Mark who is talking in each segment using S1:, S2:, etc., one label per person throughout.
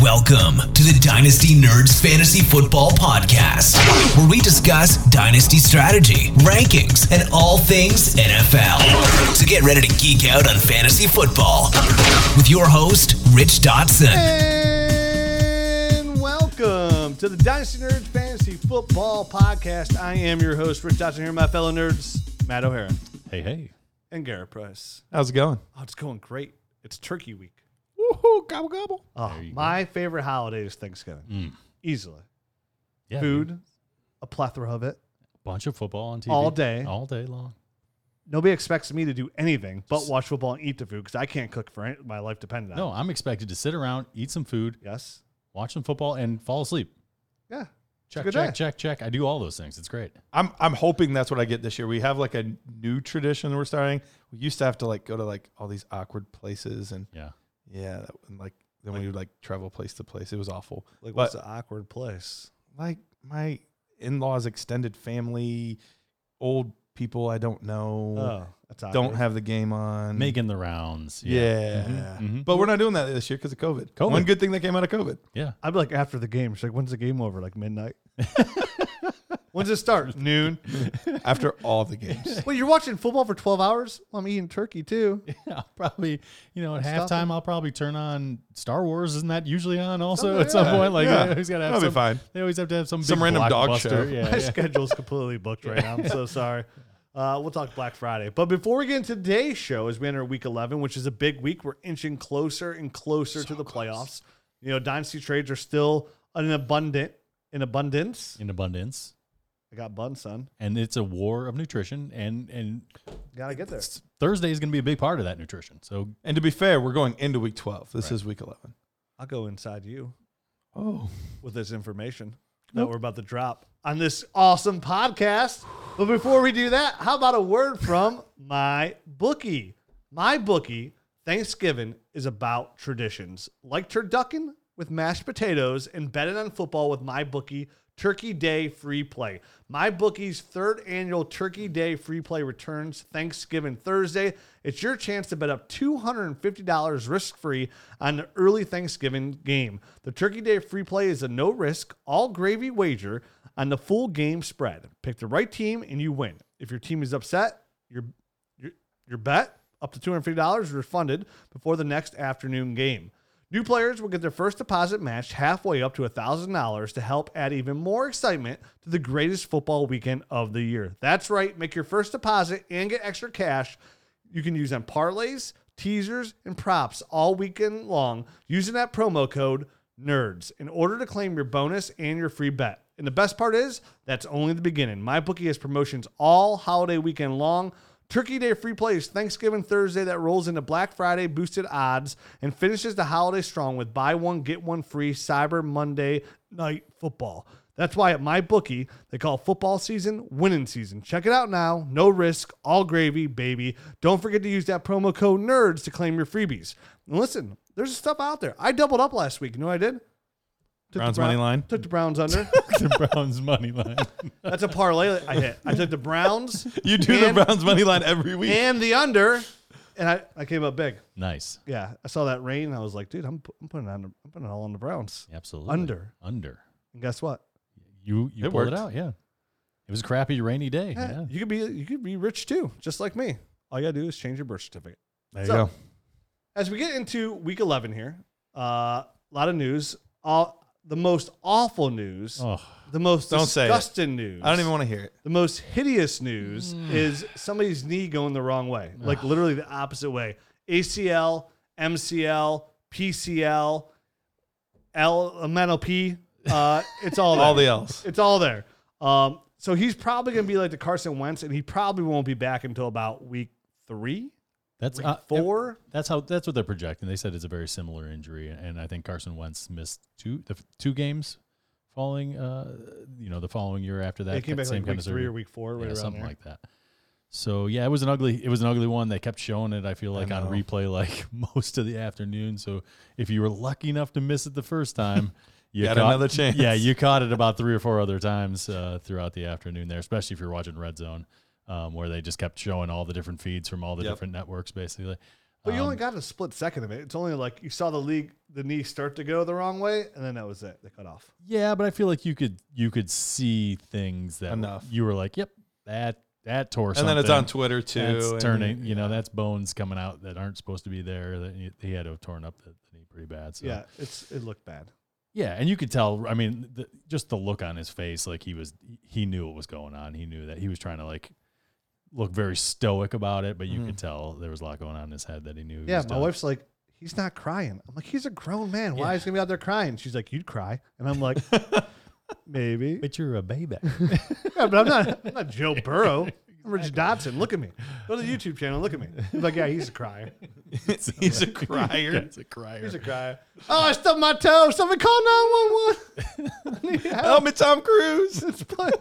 S1: Welcome to the Dynasty Nerds Fantasy Football Podcast, where we discuss dynasty strategy, rankings, and all things NFL. So get ready to geek out on fantasy football with your host, Rich Dotson.
S2: And welcome to the Dynasty Nerds Fantasy Football Podcast. I am your host, Rich Dodson, here, with my fellow nerds, Matt O'Hara
S3: Hey, hey.
S2: and Garrett Price.
S3: How's it going?
S2: Oh, it's going great. It's Turkey Week.
S3: Woohoo, gobble gobble.
S2: Oh, my favorite holiday is Thanksgiving. Easily.
S3: Yeah, dude.
S2: Food, a plethora of it.
S3: Bunch of football on TV.
S2: All day.
S3: All day long.
S2: Nobody expects me to do anything but watch football and eat the food because I can't cook for any, my life depends on
S3: No,
S2: it.
S3: I'm expected to sit around, eat some food,
S2: Yes.
S3: watch some football, and fall asleep.
S2: Yeah.
S3: Check,
S2: good
S3: check,
S2: day.
S3: check, check. I do all those things. It's great.
S4: I'm I'm hoping that's what I get this year. We have like a new tradition we're starting. We used to have to like go to like all these awkward places and
S3: Yeah.
S4: yeah, that, and like then we would like travel place to place. It was awful.
S2: Like,
S4: but
S2: what's an awkward place?
S4: like my in-laws, extended family, old people I don't know,
S2: Oh, that's awkward.
S4: don't have the game on.
S3: Making the rounds.
S4: yeah,
S3: mhm.
S4: but we're not doing that this year because of COVID.
S3: COVID.
S4: One good thing that came out of COVID.
S3: Yeah.
S2: I'd be like after the game. She's like, when's the game over? Like midnight. When's it start? Noon.
S4: After all the games,
S2: Well, you're watching football for 12 hours. Well, I'm eating turkey too.
S3: I'll probably, you know, at
S2: Stuff
S3: halftime, I'll probably turn on Star Wars. Isn't that usually on also at some
S4: Oh, yeah,
S3: point? Like,
S4: yeah.
S3: yeah. who's got to have
S4: That'll be
S3: some-
S4: fine.
S3: They always have to have some,
S4: Some
S3: big
S4: random dog show.
S3: blockbuster. Yeah,
S2: My
S3: yeah.
S2: schedule's completely booked right now. I'm so sorry. Uh, we'll talk Black Friday. But before we get into today's show, as we enter week 11, which is a big week, we're inching closer and closer to the playoffs. You know, dynasty trades are still an abundant, in abundance.
S3: In abundance.
S2: I got bun, son.
S3: And it's a war of nutrition. And, and
S2: Gotta get there.
S3: Thursday is going to be a big part of that nutrition. So
S4: and to be fair, we're going into week twelve. This is week eleven.
S2: I'll go inside you.
S4: Oh,
S2: with this information that we're about to drop on this awesome podcast. But before we do that, how about a word from my bookie? My bookie, Thanksgiving is about traditions, like turducken with mashed potatoes and betting on football with my bookie. Turkey Day free play. My bookie's third annual Turkey Day free play returns Thanksgiving Thursday. It's your chance to bet up $250 risk free on the early Thanksgiving game. The Turkey Day free play is a no risk, all gravy wager on the full game spread. Pick the right team and you win. If your team is upset, your, your, your bet up to $250 is refunded before the next afternoon game. New players will get their first deposit matched halfway up to $1,000 to help add even more excitement to the greatest football weekend of the year. That's right, make your first deposit and get extra cash you can use on parlays, teasers, and props all weekend long using that promo code NERDS in order to claim your bonus and your free bet. And the best part is, that's only the beginning. MyBookie has promotions all holiday weekend long. Turkey Day free play is Thanksgiving Thursday that rolls into Black Friday boosted odds and finishes the holiday strong with buy one, get one free Cyber Monday night football. That's why at my bookie they call football season winning season. Check it out now. No risk, all gravy, baby. Don't forget to use that promo code NERDS to claim your freebies. And listen, there's stuff out there. I doubled up last week. You know what I did? Took the
S4: Browns money line?
S2: Took the Browns under.
S3: the Browns money line.
S2: That's a parlay I hit. I took the Browns
S4: you do
S2: And-
S4: the Browns money line every week.
S2: and the under, and I, I came up big.
S3: nice.
S2: Yeah, I saw that rain. And I was like, dude, I'm, pu- I'm putting on, the- I'm putting it all on the Browns.
S3: Absolutely.
S2: Under.
S3: Under.
S2: And guess what?
S3: You you
S4: It
S3: pulled
S4: worked.
S3: it out, yeah. It was a crappy rainy day.
S2: Eh,
S3: Yeah.
S2: You could be, you could be rich too, just like me. All you gotta do is change your birth certificate.
S4: there
S2: So- As we get into week 11 here, uh, a lot of news. All the most awful news,
S3: Oh,
S2: the most
S4: Don't say it.
S2: disgusting news.
S4: I don't even want to hear it.
S2: The most hideous news is somebody's knee going the wrong way, like literally the opposite way. ACL, MCL, PCL, L, MNLP. Uh, it's all there.
S4: All the else.
S2: It's all there. Um, so he's probably going to be like the Carson Wentz, and he probably won't be back until about week three,
S3: that's
S2: week
S3: uh,
S2: four.
S3: That's how that's what they're projecting. They said it's a very similar injury, and I think Carson Wentz missed two the f- two games, following uh you know the following year after that.
S2: They came
S3: that
S2: back like week three
S3: surgery.
S2: or week four, right
S3: yeah,
S2: around
S3: something
S2: there.
S3: like that. So yeah, it was an ugly it was an ugly one. They kept showing it. I feel like on
S4: know.
S3: replay like most of the afternoon. So if you were lucky enough to miss it the first time, you
S4: Got another chance.
S3: Yeah, you caught it about three or four other times uh, throughout the afternoon there, especially if you're watching Red Zone, um, where they just kept showing all the different feeds from all the
S4: Yep.
S3: different networks basically.
S2: But you only got a split second of it. It's only like you saw the league, the knee start to go the wrong way, and then that was it. They cut off.
S3: Yeah, but I feel like you could you could see things that
S4: Enough.
S3: you were like, yep, that that tore
S4: and
S3: something.
S4: then it's on Twitter too.
S3: That's
S4: and-
S3: turning, you know, that's bones coming out that aren't supposed to be there. That he- he had to have torn up the, the knee pretty bad. So
S2: Yeah, it's it looked bad.
S3: yeah, and you could tell. I mean, the, just the look on his face, like he was, he knew what was going on. He knew that he was trying to like look very stoic about it, but you could tell there was a lot going on in his head that he knew. he
S2: Yeah,
S3: was
S2: my
S3: done.
S2: wife's like, he's not crying. I'm like, he's a grown man. Why is he gonna be out there crying? She's like, you'd cry, and I'm like, maybe.
S3: But you're a baby.
S2: Yeah, but I'm not. I'm not Joe Burrow. I'm Rich Dodson. Look at me. Go to the YouTube channel. Look at me. He's like, yeah, he's a crier.
S4: He's a crier.
S3: it's a crier.
S2: He's a crier. Oh, I stubbed my toe. Somebody call nine one one.
S4: Help me, Tom Cruise.
S2: It's fun.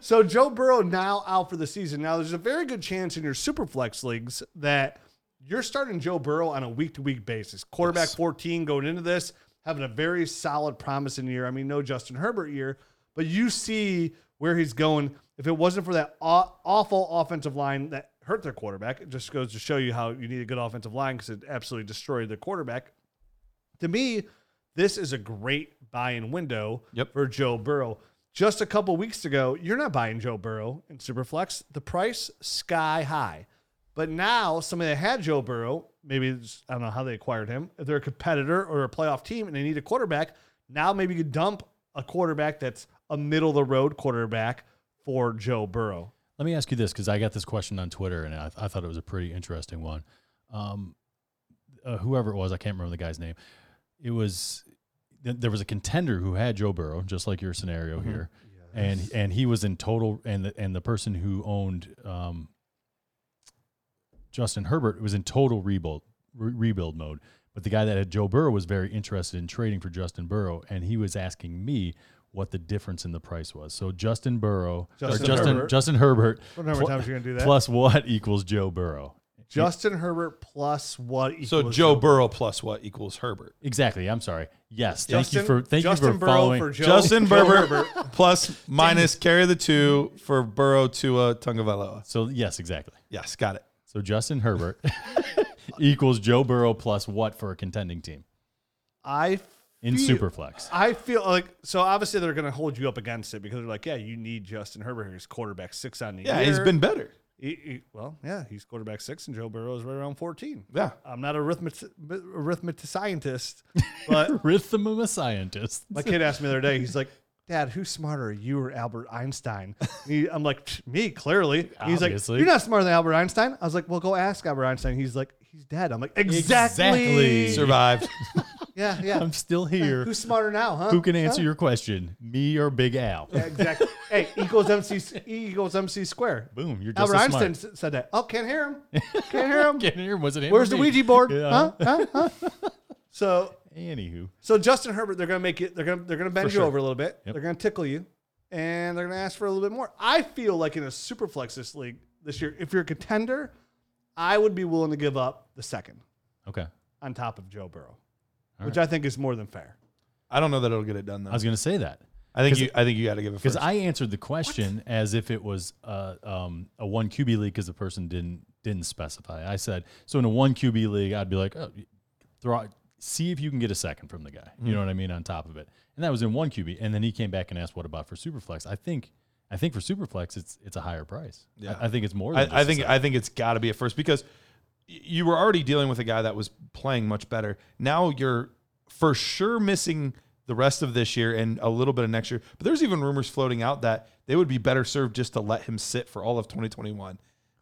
S2: so Joe Burrow now out for the season. Now there's a very good chance in your superflex leagues that you're starting Joe Burrow on a week to week basis. Quarterback 14 going into this, having a very solid promising year. I mean, no Justin Herbert year, but you see where he's going. If it wasn't for that aw- awful offensive line that hurt their quarterback, it just goes to show you how you need a good offensive line because it absolutely destroyed their quarterback to me, this is a great buy-in window
S4: Yep.
S2: for Joe Burrow. Just a couple weeks ago, you're not buying Joe Burrow in Superflex. The price sky high. But now somebody that had Joe Burrow, maybe it's, I don't know how they acquired him. If they're a competitor or a playoff team and they need a quarterback, now maybe you could dump a quarterback that's a middle of the road quarterback for Joe Burrow.
S3: Let me ask you this because I got this question on Twitter and I, I thought it was a pretty interesting one. Um, uh, whoever it was, I can't remember the guy's name. It was th- there was a contender who had Joe Burrow, just like your scenario
S2: Mm-hmm.
S3: here, and and he was in total and the, and the person who owned um, Justin Herbert was in total rebuild re- rebuild mode. But the guy that had Joe Burrow was very interested in trading for Justin Burrow, and he was asking me what the difference in the price was. So Justin Burrow,
S2: Justin
S3: or Justin
S2: Herbert.
S3: Justin Herbert
S2: I don't know how many times you're gonna do that.
S3: plus what equals Joe Burrow?
S2: Justin Herbert plus what equals
S4: So Joe Burrow plus what equals Herbert?
S3: Exactly. I'm sorry. Yes.
S2: Justin-
S3: thank you for thank
S2: Justin
S3: you for
S2: Burrow
S3: following.
S2: for Joe-
S4: Justin
S2: Joe
S4: Herbert plus minus carry the two for Burrow to uh, Tungavailoa.
S3: so yes, exactly.
S4: Yes, got it.
S3: So Justin Herbert equals Joe Burrow plus what for a contending team
S2: I
S3: in
S2: feel-
S3: Superflex?
S2: I feel like so. Obviously, they're going to hold you up against it because they're like, yeah, you need Justin Herbert here. He's quarterback six on the
S4: Yeah,
S2: year.
S4: he's been better.
S2: He- he- well, yeah, he's quarterback six, and Joe Burrow is right around fourteen.
S4: Yeah.
S2: I'm not a arithmetic, arithmetic scientist, but
S3: Rhythm of a scientist.
S2: my kid asked me the other day. He's like, "Dad, who's smarter, you or Albert Einstein?" And he- I'm like, "Pfft, "Me, clearly." And He's like,
S3: Obviously.
S2: "You're not smarter than Albert Einstein." I was like, "Well, go ask Albert Einstein." He's like, "He's dead." I'm like, "Exactly."
S3: Exactly.
S4: Survived.
S2: Yeah, yeah.
S3: I'm still here.
S2: Who's smarter now, huh?
S3: Who can
S2: Huh?
S3: answer your question? Me or Big Al?
S2: Yeah, exactly. hey, E equals MC E equals MC square.
S3: Boom, you're just
S2: Albert
S3: as
S2: Einstein s- said that. Oh, can't hear him. Can't hear him.
S3: Can't hear. Was it? him or
S2: Where's the
S3: me?
S2: Ouija board?
S3: Yeah.
S2: Huh? Huh? Huh? So,
S3: Anywho,
S2: so Justin Herbert, they're gonna make it. They're gonna they're gonna bend
S3: sure.
S2: you over a little bit.
S3: Yep.
S2: They're gonna tickle you, and they're gonna ask for a little bit more. I feel like in a super flex this league this year, if you're a contender, I would be willing to give up the second
S3: okay.
S2: on top of Joe Burrow, which I think is more than fair.
S4: I don't know that it'll get it done though.
S3: I was gonna say that.
S4: I think you. I think you got to give it
S3: Because
S4: first.
S3: I answered the question as if it was a, um, a one QB league because the person didn't didn't specify. I said so in a one QB league, I'd be like, oh, y- throw out- see if you can get a second from the guy. You
S4: Mm.
S3: know what I mean? On top of it, and that was in one QB. And then he came back and asked, what about for Superflex? I think I think for Superflex, it's it's a higher price. Yeah. I, I think it's more. Than
S4: I, I
S3: just a
S4: think
S3: second.
S4: I think it's got to be at first because y- you were already dealing with a guy that was playing much better. Now you're for sure missing the rest of this year and a little bit of next year. But there's even rumors floating out that they would be better served just to let him sit for all of 2021.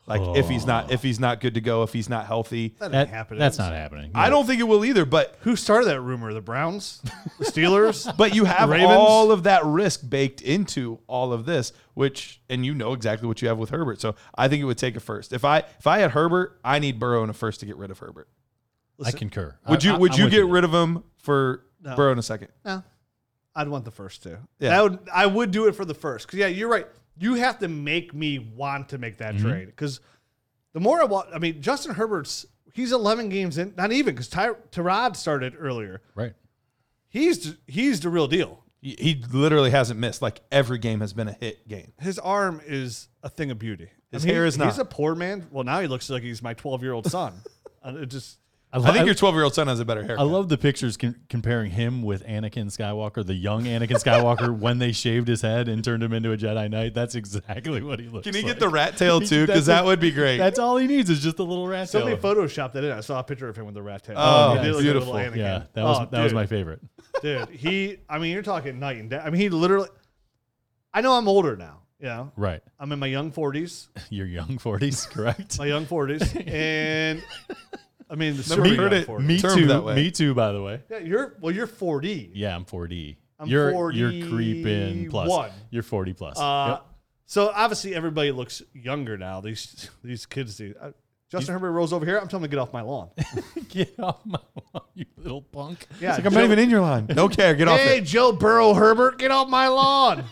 S4: Like if he's not if he's not good to go, if he's not healthy.
S2: That,
S3: That-
S2: ain't happening.
S3: that's not happening.
S4: I don't think it will either, but
S2: Who started that rumor? The Browns, the Steelers.
S4: but you have
S2: Ravens?
S4: all of that risk baked into all of this, which and you know exactly what you have with Herbert. So I think it would take a first. If I if I had Herbert, I need Burrow in a first to get rid of Herbert.
S3: I concur.
S4: Would you
S3: Uh, I, I,
S4: would
S3: I'm
S4: you
S3: with
S4: get rid of him for Burrow in a second?
S2: No, I'd want the first two.
S4: Yeah.
S2: That would I would do it for the first. Cause yeah, you're right. You have to make me want to make that
S3: Mm-hmm.
S2: trade. Cause the more I want, I mean, Justin Herbert's he's 11 games in, not even because Ty, Tyrod started earlier.
S3: right?
S2: He's he's the real deal.
S4: He, he literally hasn't missed. Like every game has been a hit game.
S2: His arm is a thing of beauty.
S4: His hair
S2: he-
S4: is not.
S2: He's a poor man. Well, now he looks like he's my 12 year old son. Uh, It just
S3: I, lo-
S4: I think
S3: I-
S4: your 12 year old son has a better haircut.
S3: I love the pictures con- comparing him with Anakin Skywalker, the young Anakin Skywalker, when they shaved his head and turned him into a Jedi Knight. That's exactly what he looks.
S4: Can he
S3: like.
S4: get the rat tail
S3: He-
S4: too?
S3: that's
S4: Because that
S3: a-
S4: would be great.
S3: That's all he needs is just a little rat tail.
S2: somebody photoshopped that in. I saw a picture of him with the rat tail.
S4: Oh,
S2: He did look a little
S4: beautiful.
S2: Anakin.
S3: yeah, that was
S2: Oh,
S3: that was
S2: dude.
S3: my favorite.
S2: dude. He, I mean, you're talking night and day. I mean, he literally. I know I'm older now. You know,
S3: Right,
S2: I'm in my young 40s.
S3: your young forties, correct?
S2: My young 40s, and I mean, the
S4: Never
S2: super
S4: heard
S2: young
S4: it.
S2: 40s.
S3: me
S4: Termed
S3: too.
S4: that way.
S3: Me too. By the way,
S2: Yeah, you're well. You're 40.
S3: yeah, I'm 4D.
S2: I'm
S3: you're you're creeping plus.
S2: 41.
S3: You're 40 plus.
S2: Uh,
S3: Yep.
S2: So obviously everybody looks younger now. These these kids do. Uh, Justin Herbert rolls over here. I'm telling him to get off my lawn.
S3: Get off my lawn, you little punk.
S2: Yeah,
S4: Like, I'm not even in your line. No care. Get off
S2: hey,
S4: it.
S2: Joe Burrow Herbert, get off my lawn.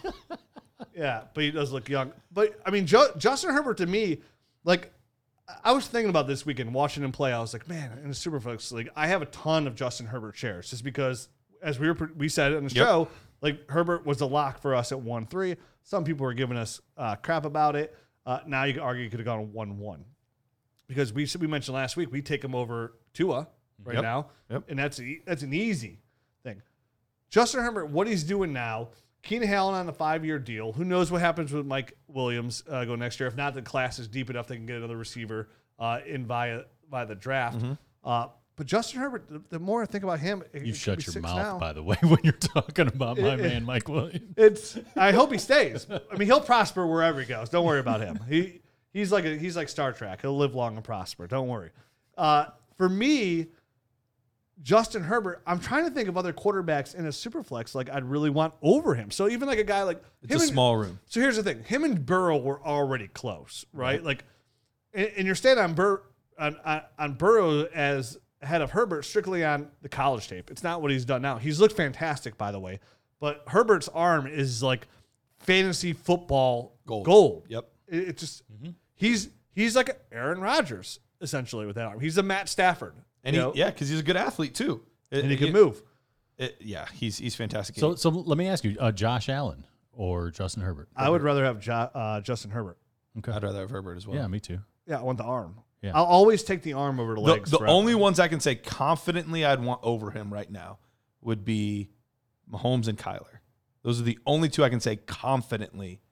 S2: yeah, but he does look young. But I mean, jo- Justin Herbert to me, like, I- I was thinking about this weekend watching him play. I was like, man, in the Superflex League, I have a ton of Justin Herbert shares just because, as we were pr- we said it on the
S4: Yep.
S2: show, like Herbert was a lock for us at one three. Some people were giving us uh, crap about it. Uh, now you could argue he could have gone one one because we we mentioned last week we take him over Tua right
S4: Yep.
S2: now,
S4: Yep.
S2: and that's e- that's an easy thing. Justin Herbert, what he's doing now, Keenan Allen on a five-year deal. Who knows what happens with Mike Williams uh, go next year? If not, the class is deep enough they can get another receiver uh, in via via the draft.
S4: Mm-hmm.
S2: Uh, but Justin Herbert, the, the more I think about him, it- it could
S3: You
S2: be
S3: shut your
S2: six
S3: mouth,
S2: now.
S3: by the way, when you're talking about my man Mike Williams.
S2: It's. I hope he stays. I mean, he'll prosper wherever he goes. Don't worry about him. He he's like a, he's like Star Trek. He'll live long and prosper. Don't worry. Uh, for me, Justin Herbert. I'm trying to think of other quarterbacks in a super flex like I'd really want over him. So even like a guy like
S4: It's a
S2: and-
S4: small room.
S2: so here's the thing: him and Burrow were already close, right? Like, and, and you're staying on Bur on, on on Burrow as ahead of Herbert strictly on the college tape. It's not what he's done now. He's looked fantastic, by the way, but Herbert's arm is like fantasy football
S4: Gold.
S2: gold.
S4: Yep. Mm-hmm.
S2: It, it just he's he's like Aaron Rodgers essentially with that arm. He's a Matt Stafford,
S4: And
S2: you
S4: he,
S2: know,
S4: yeah, because he's a good athlete too. It-
S2: and he
S4: it-
S2: can move.
S4: it- yeah, he's he's fantastic.
S3: So, so let me ask you, uh, Josh Allen or Justin Herbert?
S2: I would rather have jo- uh, Justin Herbert.
S4: I'd rather have Herbert as well.
S3: yeah, me too.
S2: Yeah, I want the arm.
S3: Yeah.
S2: I'll always take the arm over the
S4: the,
S2: legs.
S4: the
S2: forever.
S4: only ones I can say confidently I'd want over him right now would be Mahomes and Kyler. Those are the only two I can say confidently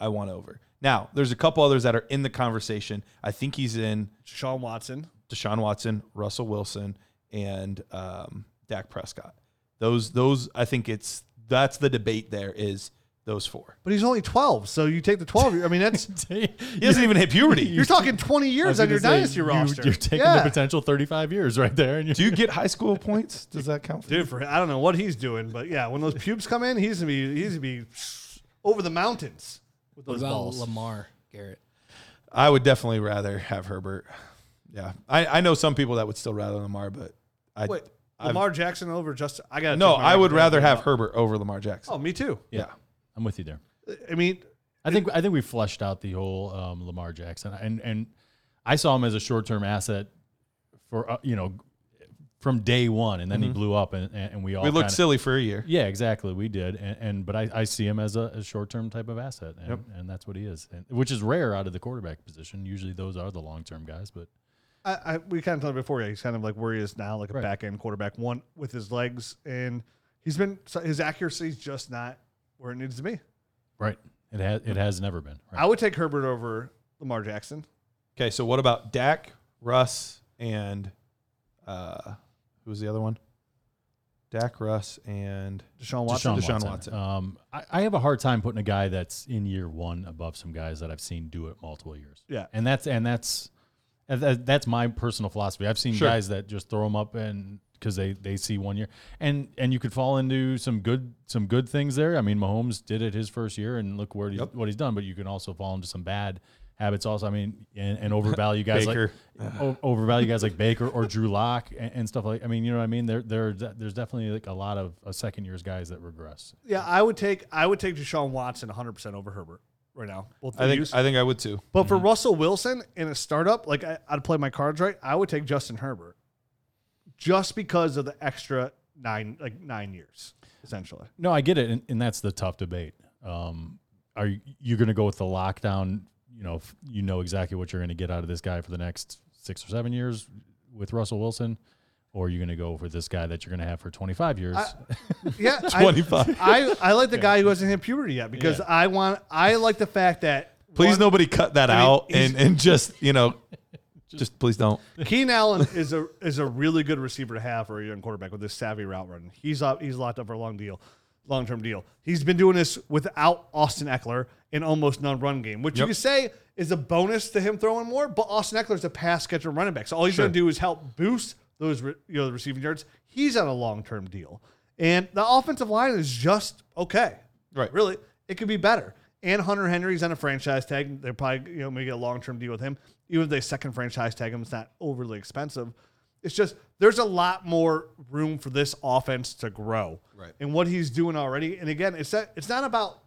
S4: I want over. Now, there's a couple others that are in the conversation. I think he's in
S2: Sean Watson.
S4: Deshaun Watson, Russell Wilson, and um, Dak Prescott. Those, those, I think it's that's the debate. There is those four.
S2: But he's only 12, so you take the 12. year- I mean, that's
S4: He hasn't even hit puberty.
S2: you're talking 20 years on your dynasty roster.
S3: You, are taking
S2: Yeah.
S3: the potential 35 years right there, and you're
S4: Do you get high school points? Does that count? For you?
S2: dude. For I don't know what he's doing, but yeah, when those pubes come in, he's gonna be he's gonna be over the mountains with
S5: What
S2: those
S5: about
S2: balls.
S5: Lamar Garrett?
S4: I would definitely rather have Herbert. Yeah, I, I know some people that would still rather Lamar, but I
S2: Wait,
S4: I've-
S2: Lamar Jackson over Justin? I got
S4: no, I would rather have Herbert over Lamar Jackson.
S2: Oh, me too.
S4: yeah.
S3: I'm with you there.
S2: I mean,
S3: I think I think we flushed out the whole um, Lamar Jackson, and and I saw him as a short term asset for uh, you know from day one, and then
S2: Mm-hmm.
S3: he blew up, and and we all
S4: we looked
S3: kinda-
S4: silly for a year.
S3: Yeah, exactly. We did, and, and but I, I see him as a, a short term type of asset, and, and that's what he is, and, which is rare out of the quarterback position. Usually those are the long term guys, but
S2: I, I we kind of talked before. Yeah, he's kind of like where he is now, like a
S3: Right.
S2: back end quarterback, one with his legs, and he's been so his accuracy's just not where it needs to be.
S3: right, it has it has never been. Right?
S2: I would take Herbert over Lamar Jackson.
S4: Okay, so what about Dak, Russ, and uh, who was the other one? Dak, Russ, and
S2: Deshaun Watson.
S3: Deshaun,
S4: Deshaun
S3: Watson.
S4: Watson.
S3: Um, I, I have a hard time putting a guy that's in year one above some guys that I've seen do it multiple years.
S2: Yeah.
S3: and that's and that's and that- that's my personal philosophy. I've seen
S4: Sure.
S3: guys that just throw them up and because they they see one year and and you could fall into some good some good things there. I mean, Mahomes did it his first year and look where he's, what he's done, but you can also fall into some bad habits also. I mean, and, and overvalue guys
S4: Baker.
S3: like o- overvalue guys like Baker or Drew Lock and, and stuff like. I mean, you know what I mean? There there there's definitely like a lot of uh, second years guys that regress.
S2: Yeah, I would take I would take Deshaun Watson 100 percent over Herbert right now. Both
S4: I
S2: of
S4: think
S2: yous.
S4: I Mm-hmm. think I would too.
S2: but for Russell Wilson in a startup, like I, I'd play my cards right. I would take Justin Herbert just because of the extra nine like nine years essentially.
S3: No, I get it, and, and that's the tough debate. Um, are you you're going to go with the lockdown? You know, f- you know exactly what you're going to get out of this guy for the next six or seven years, with Russell Wilson, or are you going to go for this guy that you're going to have for 25 years?
S2: Yeah, I-
S4: 25.
S2: I, I like the guy who hasn't hit puberty yet because
S3: Yeah.
S2: I want I like the fact that
S4: Please
S2: one-
S4: nobody cut that
S2: mean,
S4: out
S2: he's-
S4: and, and just, you know, just please don't.
S2: Keenan Allen is a is a really good receiver to have for a young quarterback with this savvy route running. He's up, he's locked up for a long deal, long term deal. He's been doing this without Austin Eckler in almost non run game, which you
S4: Yep.
S2: could say is a bonus to him throwing more. But Austin Eckler's a pass catcher running back, so all he's
S4: Sure.
S2: going to do is help boost those re- you know the receiving yards. He's on a long term deal, and the offensive line is just okay.
S4: Right.
S2: really, it could be better. And Hunter Henry's on a franchise tag. They're probably you know maybe get a long term deal with him. Even if they second franchise tag him, it's not overly expensive. It's just there's a lot more room for this offense to grow.
S4: Right.
S2: And what he's doing already. And again, it's that it's not about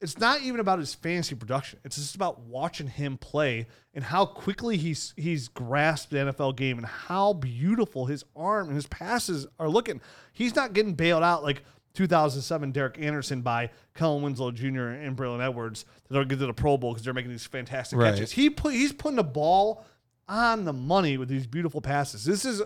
S2: it's not even about his fantasy production. It's just about watching him play and how quickly he's he's grasped the NFL game and how beautiful his arm and his passes are looking. He's not getting bailed out like 2007 Derek Anderson by Kellen Winslow Jr. and Braylon Edwards that don't get to the Pro Bowl because they're making these fantastic
S4: Right.
S2: catches. He put he's putting the ball on the money with these beautiful passes. This is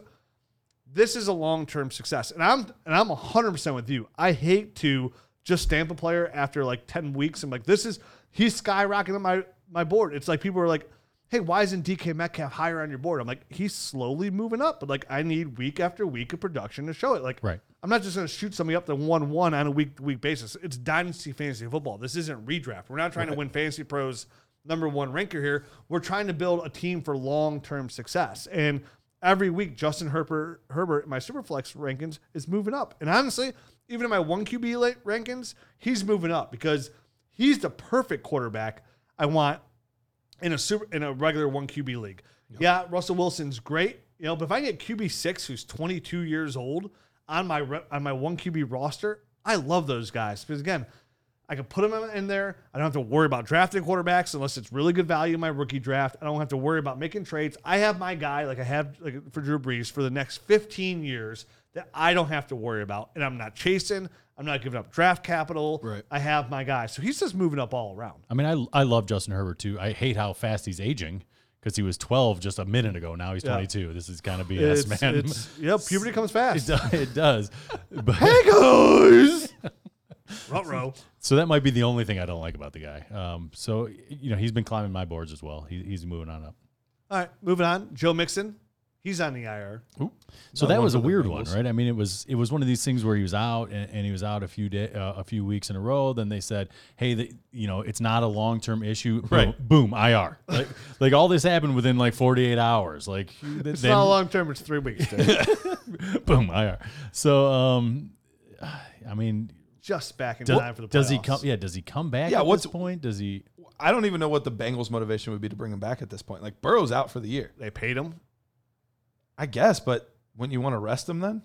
S2: this is a long term success. And I'm and I'm hundred percent with you. I hate to just stamp a player after like ten weeks. I'm like, this is he's skyrocketing my my board. It's like people are like, hey, why isn't DK Metcalf higher on your board? I'm like, he's slowly moving up, but like I need week after week of production to show it. Like
S3: Right.
S2: I'm not just gonna shoot somebody up to one one on a week to week basis. It's dynasty fantasy football. This isn't redraft. We're not trying to win fantasy pros number one ranker here. We're trying to build a team for long term success. And every week, Justin Herbert, Herbert, in my superflex rankings is moving up. And honestly, even in my one QB late rankings, he's moving up because he's the perfect quarterback I want in a super in a regular one QB league. Yeah, Russell Wilson's great, you know, but if I get QB six who's 22 years old on my re- on my one QB roster, I love those guys because again, I can put them in there. I don't have to worry about drafting quarterbacks unless it's really good value in my rookie draft. I don't have to worry about making trades. I have my guy like I have like for Drew Brees for the next 15 years that I don't have to worry about, and I'm not chasing. I'm not giving up draft capital.
S4: Right.
S2: I have my guy, so he's just moving up all around.
S3: I mean, I, I love Justin Herbert too. I hate how fast he's aging because he was 12 just a minute ago. Now he's 22. This is kind of BS,
S2: it's,
S3: man.
S2: it's- yeah, puberty comes
S3: it,
S2: fast.
S3: does, it does. But,
S2: Ruh-roh.
S3: so that might be the only thing I don't like about the guy. Um, so, you know, he's been climbing my boards as well. He, he's moving on up.
S2: All right, moving on. Joe Mixon, he's on the IR.
S3: So
S4: Another
S3: that
S4: one
S3: was a
S4: for the
S3: weird one,
S4: Bengals.
S3: right? I mean, it was it was one of these things where he was out and, and he was out a few day, uh, a few weeks in a row. Then they said, "Hey, the, you know, it's not a long term issue." Boom,
S4: Right.
S3: Boom. IR. Like, like all this happened within like forty eight hours. Like
S2: It's not long term. It's three weeks. dude.
S3: boom IR. So, um, I mean,
S2: Just back in
S3: do-
S2: time for the playoffs.
S3: does he come? Yeah, does he come back?
S4: Yeah,
S3: at
S4: what's-
S3: this point? Does he?
S4: I don't even know what the Bengals' motivation would be to bring him back at this point. Like Burrow's out for the year,
S2: They paid him.
S4: I guess, but wouldn't you want to rest him then?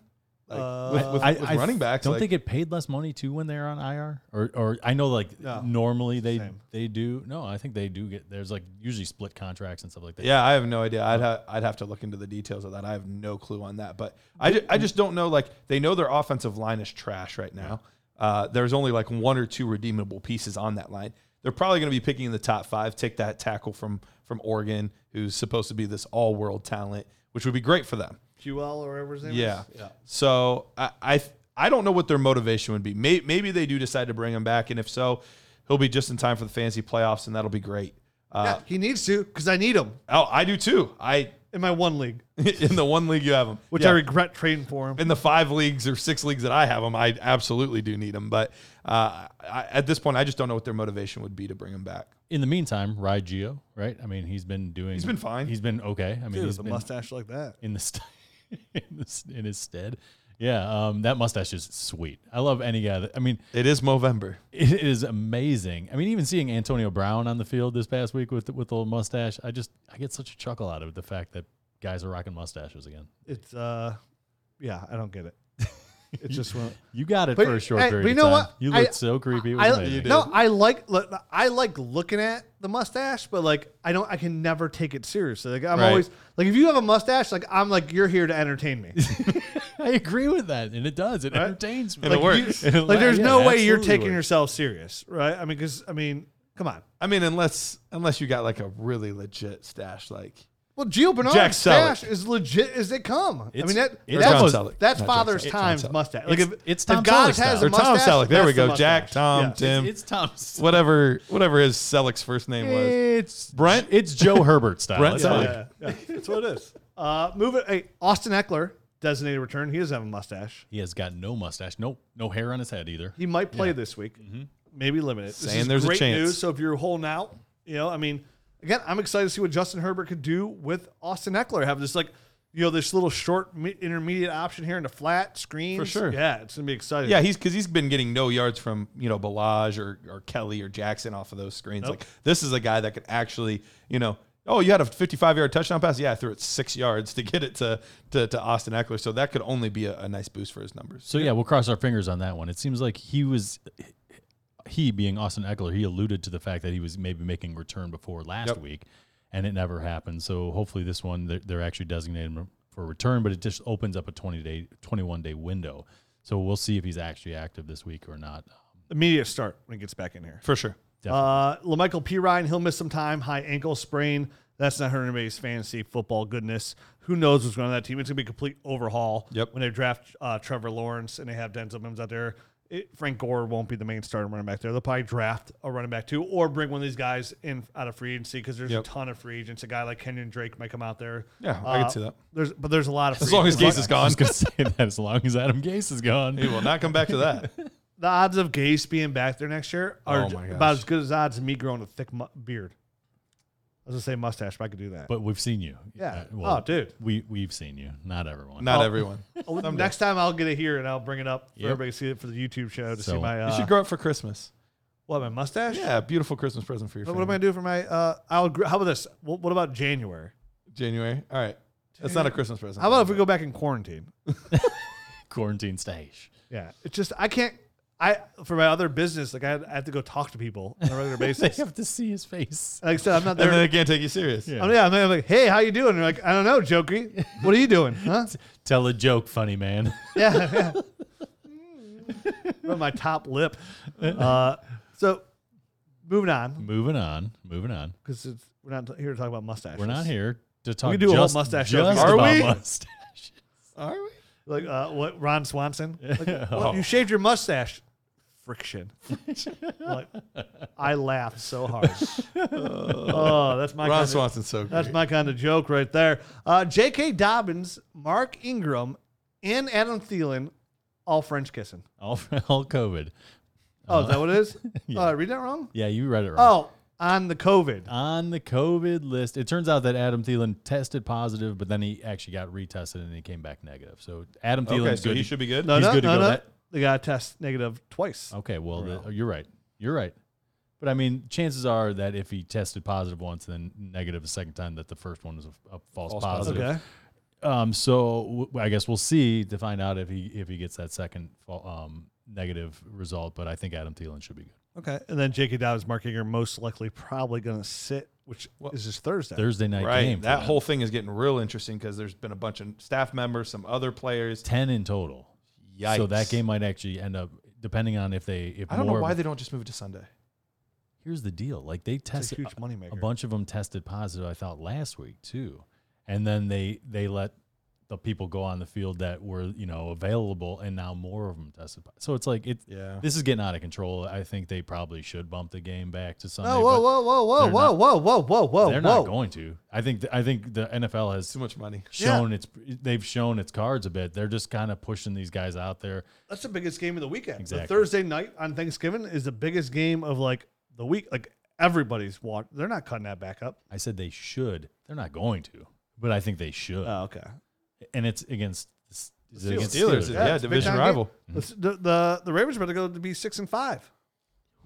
S4: Like
S2: Uh,
S4: with, with,
S3: I,
S4: with
S3: I
S4: running backs,
S3: don't
S4: like,
S3: they get paid less money too when they're on IR? Or, or I know like
S2: No.
S3: normally they
S2: Same.
S3: they do. No, I think they do get. There's like usually split contracts and stuff like that.
S4: Yeah, I have no idea. I'd ha- I'd have to look into the details of that. I have no clue on that. But I, ju- I just don't know. Like they know their offensive line is trash right now. Uh, there's only like one or two redeemable pieces on that line. They're probably going to be picking in the top five. Take that tackle from from Oregon, who's supposed to be this all world talent, which would be great for them.
S2: QL or whatever his name
S4: Yeah.
S2: is. Yeah.
S4: So I, I I don't know what their motivation would be. Maybe, maybe they do decide to bring him back, and if so, he'll be just in time for the fantasy playoffs, and that'll be great. Uh,
S2: Yeah, he needs to because I need him
S4: Oh, I do too. I
S2: in my one league,
S4: in the one league you have him,
S2: which
S4: Yeah.
S2: I regret trading for him.
S4: in the five leagues or six leagues that I have him, I absolutely do need him. But uh, I, at this point, I just don't know what their motivation would be to bring him back.
S3: In the meantime, Ride Geo, right? I mean, he's been doing. He's
S4: been fine.
S3: He's been okay. I mean,
S2: Dude,
S3: he's
S2: with a
S3: been
S2: mustache like that.
S3: in the, st- in the s- in his stead. Yeah, um, that mustache is sweet. I love any guy. That, I mean,
S4: It is Movember.
S3: it is amazing. I mean, even seeing Antonio Brown on the field this past week with with the little mustache, I just I get such a chuckle out of the fact that guys are rocking mustaches again.
S2: It's uh, yeah, I don't get it. It's just one.
S3: You got it
S2: But-
S3: for a short
S2: hey,
S3: period.
S2: but you
S3: of
S2: know
S3: time.
S2: what?
S3: You
S2: I-
S3: looked so creepy. It was
S2: I,
S3: amazing.
S2: no, I like look, I like looking at the mustache, but like I don't, I can never take it seriously. Like I'm
S4: Right.
S2: always like, if you have a mustache, like I'm like, you're here to entertain me.
S3: I agree with that, and it does. It entertains me.
S4: And it
S3: Like,
S4: works.
S3: you-
S2: like there's
S3: Yeah,
S2: no way you're
S3: absolutely
S2: taking
S3: works.
S2: yourself serious, right? I mean, because I mean, come on.
S4: I mean, unless unless you got like a really legit stash, like
S2: Well, Gio Bernard's
S4: Jack Selleck.
S2: stash is legit as they come. I
S3: It's-
S2: mean, that,
S3: it's
S2: that
S4: Tom
S2: was,
S4: Selleck,
S2: that's
S4: not Jack
S2: father's
S4: Selleck.
S2: time's
S4: Tom Selleck.
S2: mustache.
S3: It's- it's Tom
S2: if God
S3: Selleck's
S2: has
S3: style.
S2: a
S4: Or Tom
S2: mustache,
S4: Selleck. There
S2: that's
S4: we
S2: the
S4: go. Jack,
S2: mustache.
S4: Tom,
S2: Yeah.
S4: Tim.
S3: It's Thomas.
S4: whatever whatever his Selleck's first name was.
S3: It's
S4: Brent?
S3: It's Joe Herbert style.
S4: Brent
S3: That's
S4: Selleck.
S3: all.
S2: Yeah, yeah, yeah. that's what it is. Uh, move it. Hey, Austin Eckler designated return. He doesn't have a mustache.
S3: He has got no mustache, no no hair on his head either.
S2: He might play this week. Maybe limit it. This
S4: Mm-hmm. Saying
S2: is
S4: there's a
S2: great
S4: chance.
S2: News, so if you're holding out, you know, I mean, again, I'm excited to see what Justin Herbert could do with Austin Eckler. Have this like, you know, this little short me- intermediate option here in the flat screen.
S4: sure.
S2: Yeah, it's gonna be exciting.
S4: Yeah, he's because he's been getting no yards from you know Balaj or, or Kelly or Jackson off of those screens. Like this is a guy that could actually you know oh you had a 55 yard touchdown pass yeah I threw it six yards to get it to to, to Austin Eckler so that could only be a, a nice boost for his numbers.
S3: So yeah, we'll cross our fingers on that one. It seems like he was, he being Austin Eckler, he alluded to the fact that he was maybe making return before last
S4: Yep.
S3: week, and it never happened. So hopefully this one they're, they're actually designating him for return, but it just opens up a twenty day, twenty one day window. So we'll see if he's actually active this week or not.
S2: immediate start when he gets back in here.
S4: For sure.
S2: Uh, Lamichael P. Ryan, he'll miss some time. High ankle sprain. That's not hurting anybody's fantasy football goodness. Who knows what's going on with that team? It's going to be a complete overhaul.
S4: Yep.
S2: When they draft uh, Trevor Lawrence and they have Denzel Mims out there, it, Frank Gore won't be the main starting running back there. They'll probably draft a running back too, or bring one of these guys in out of free agency because there's
S4: Yep.
S2: a ton of free agents. A guy like Kenyon Drake might come out there. Uh,
S4: Yeah, I can see that.
S2: There's, but there's a lot of
S4: As
S2: free
S4: long as
S2: agents.
S4: Gase is
S3: I
S4: gone,
S3: was going to say that as long as Adam Gase is gone,
S4: he will not come back to that.
S2: the odds of Gase being back there next year are
S4: Oh my gosh.
S2: about as good as odds of me growing a thick mu- beard. I was gonna say mustache, but I could do that.
S3: but we've seen you.
S2: Yeah.
S3: Uh, well,
S2: Oh, dude.
S3: we we've seen you. Not everyone.
S4: Not everyone.
S2: Oh, next time I'll get it here and I'll bring it up for
S3: Yep.
S2: everybody to see it for the YouTube show to see
S3: So-
S2: my
S4: You
S2: uh,
S4: should grow up for Christmas.
S2: what my mustache.
S4: Yeah, beautiful Christmas present for your
S2: But what am I
S4: family.
S2: gonna do for my? Uh, I'll. gr- How about this? What, what about January?
S4: January. All right, that's not a Christmas present.
S2: How about if we go back in quarantine?
S3: Quarantine stage.
S2: Yeah, it's just I can't. I for my other business, like I, had- I have to go talk to people on a regular basis.
S3: You have to see his face.
S2: Like I said, I'm not
S4: And then
S2: there.
S4: they can't take you serious.
S3: Yeah.
S2: I'm, yeah, I'm like, hey, how you doing? And they're like, I don't know, Jokey. What are you doing? Huh?
S3: Tell a joke, funny man.
S2: yeah. yeah. Rub my top lip. Uh, so moving on
S3: Moving on. Moving on.
S2: because we're not here to talk about mustaches.
S3: We're not here to talk.
S2: can do a whole
S3: just-
S2: mustache show if you
S3: Just
S2: want.
S4: Are
S3: about
S4: we?
S3: mustache.
S4: Are we?
S2: Like uh, what Ron Swanson? Like, what,
S3: Oh.
S2: You shaved your mustache. Friction. like, I laughed so hard. oh, that's my
S4: Ron
S2: kind of,
S4: Swanson's so
S2: that's
S4: great.
S2: my kind of joke right there. Uh, J.K. Dobbins, Mark Ingram, and Adam Thielen, all French kissing.
S3: All, all COVID.
S2: Oh, is that what it is? Oh, I read that wrong.
S3: Yeah, you read it right.
S2: Oh, on the COVID.
S3: On the COVID list, it turns out that Adam Thielen tested positive, but then he actually got retested and he came back negative. So Adam Thielen's
S4: Okay,
S3: good.
S4: so
S3: to-
S4: he should be good.
S2: No,
S3: He's
S2: no,
S3: good to
S2: no,
S3: go.
S2: no.
S3: That-
S2: They got to test negative twice.
S3: Okay, well, the, oh, you're right. You're right. But I mean, chances are that if he tested positive once and then negative a second time, that the first one was a, a false,
S4: False
S3: positive.
S4: positive.
S2: Okay.
S3: Um, so w- I guess we'll see to find out if he if he gets that second fa- um, negative result. But I think Adam Thielen should be good.
S2: Okay. And then J.K. Dobbins, Mark Ingram, most likely probably going to sit, which is this Thursday.
S3: Thursday night
S4: right.
S3: game. for
S4: That
S3: them.
S4: whole thing is getting real interesting because there's been a bunch of staff members, some other players.
S3: ten in total.
S4: Yikes.
S3: So that game might actually end up depending on if they if
S4: I don't
S3: more
S4: know
S3: of-
S4: why they don't just move it to Sunday.
S3: here's the deal. Like they
S2: That's a
S3: tested
S2: huge
S3: a,
S2: moneymaker.
S3: a bunch of them tested positive. I thought last week too, and then they they let the people go on the field that were you know available, and now more of them tested. po- So it's like it.
S4: Yeah.
S3: This is getting out of control. I think they probably should bump the game back to Sunday.
S2: Oh, whoa,
S3: but
S2: whoa, whoa, whoa,
S3: they're
S2: whoa,
S3: not-
S2: whoa, whoa, whoa, whoa,
S3: They're
S2: whoa.
S3: not going to. I think th- I think the NFL has
S4: Too much money.
S3: shown its they've shown its cards a bit. They're just kind of pushing these guys out there.
S2: That's the biggest game of the weekend.
S3: Exactly.
S2: The Thursday night on Thanksgiving is the biggest game of like the week. Like everybody's watch. They're not cutting that back up.
S3: I said they should. They're not going to, but I think they should.
S2: Oh, okay.
S3: and it's against is it
S2: Steelers.
S3: against
S4: Steelers,
S3: Steelers.
S4: Yeah,
S2: it's a big
S4: division
S2: time
S4: rival.
S2: game. Let's- The, the the Ravens are about to go to be six and five,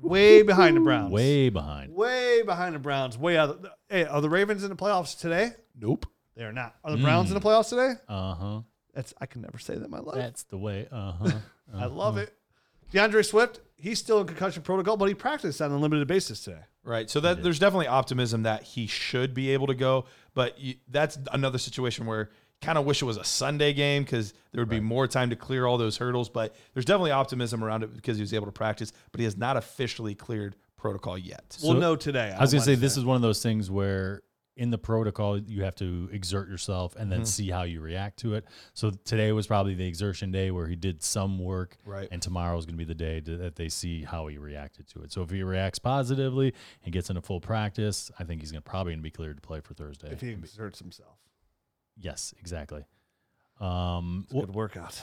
S2: way behind the Browns.
S3: Way behind.
S2: way behind the Browns. Way out. Of, hey, are the Ravens in the playoffs today?
S4: Nope.
S2: They are not. Are the Browns in the playoffs today?
S3: Uh huh.
S2: That's I can never say that in my life.
S3: That's the way. Uh huh.
S2: I love it. DeAndre Swift, he's still in concussion protocol, but he practiced on a limited basis today.
S4: Right. So that there's definitely optimism that he should be able to go, but you, that's another situation where kind of wish it was a Sunday game because there would be more time to clear all those hurdles. But there's definitely optimism around it because he was able to practice, but he has not officially cleared protocol yet.
S2: we'll know today.
S3: I was gonna say this is one of those things where in the protocol, you have to exert yourself and then see how you react to it. So today was probably the exertion day where he did some work,
S4: Right.
S3: And tomorrow is going to be the day to, that they see how he reacted to it. So if he reacts positively and gets into full practice, I think he's going to probably going to be cleared to play for Thursday.
S2: if he exerts himself.
S3: yes, exactly. Um, wh-
S2: Good workout.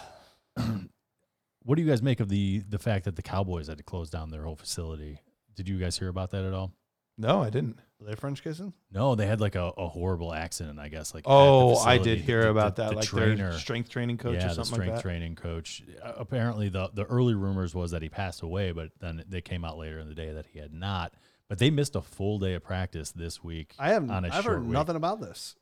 S3: what do you guys make of the the fact that the Cowboys had to close down their whole facility? Did you guys hear about that at all?
S4: No, I didn't.
S2: Are they French kissing?
S3: No, they had like a, a horrible accident, I guess. Like at the
S4: Oh, I
S3: facility.
S4: did hear
S3: The- the-
S4: about that.
S3: the
S4: like their strength training coach
S3: yeah,
S4: or
S3: the
S4: something
S3: strength
S4: like that.
S3: training coach. Uh, Apparently, the the early rumors was that he passed away, but then they came out later in the day that he had not. But they missed a full day of practice this week.
S2: I haven't.
S3: on a
S2: I've
S3: short
S2: heard
S3: week.
S2: nothing about this.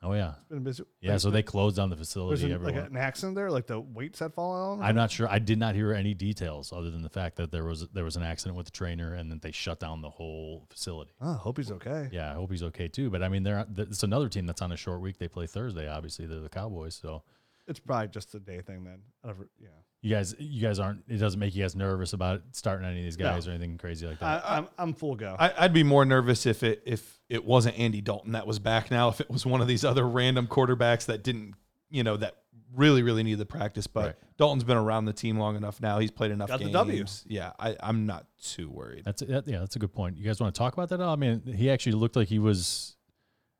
S3: Oh yeah,
S2: Been busy.
S3: yeah. So they closed down the
S2: There's
S3: facility.
S2: an, like
S3: Everyone.
S2: an accident there, like the weights had fallen on.
S3: I'm not sure. I did not hear any details other than the fact that there was there was an accident with the trainer, and then they shut down the whole facility.
S2: oh, hope he's okay.
S3: Yeah, I hope he's okay too. But I mean, they're th- it's another team that's on a short week. They play Thursday, obviously. They're the Cowboys, so
S2: It's probably just the day thing then. I don't- yeah.
S3: you guys, you guys aren't. It doesn't make you guys nervous about starting any of these guys or anything crazy like that.
S2: I, I'm I'm full go.
S4: I, I'd be more nervous if it if it wasn't Andy Dalton that was back now. If it was one of these other random quarterbacks that didn't, you know, that really really needed the practice. But
S3: Right.
S4: Dalton's been around the team long enough now. He's played enough
S2: Got the
S4: games.
S2: W.
S4: Yeah, I, I'm not too worried.
S3: that's that, yeah, that's a good point. You guys want to talk about that? at all? I mean, he actually looked like he was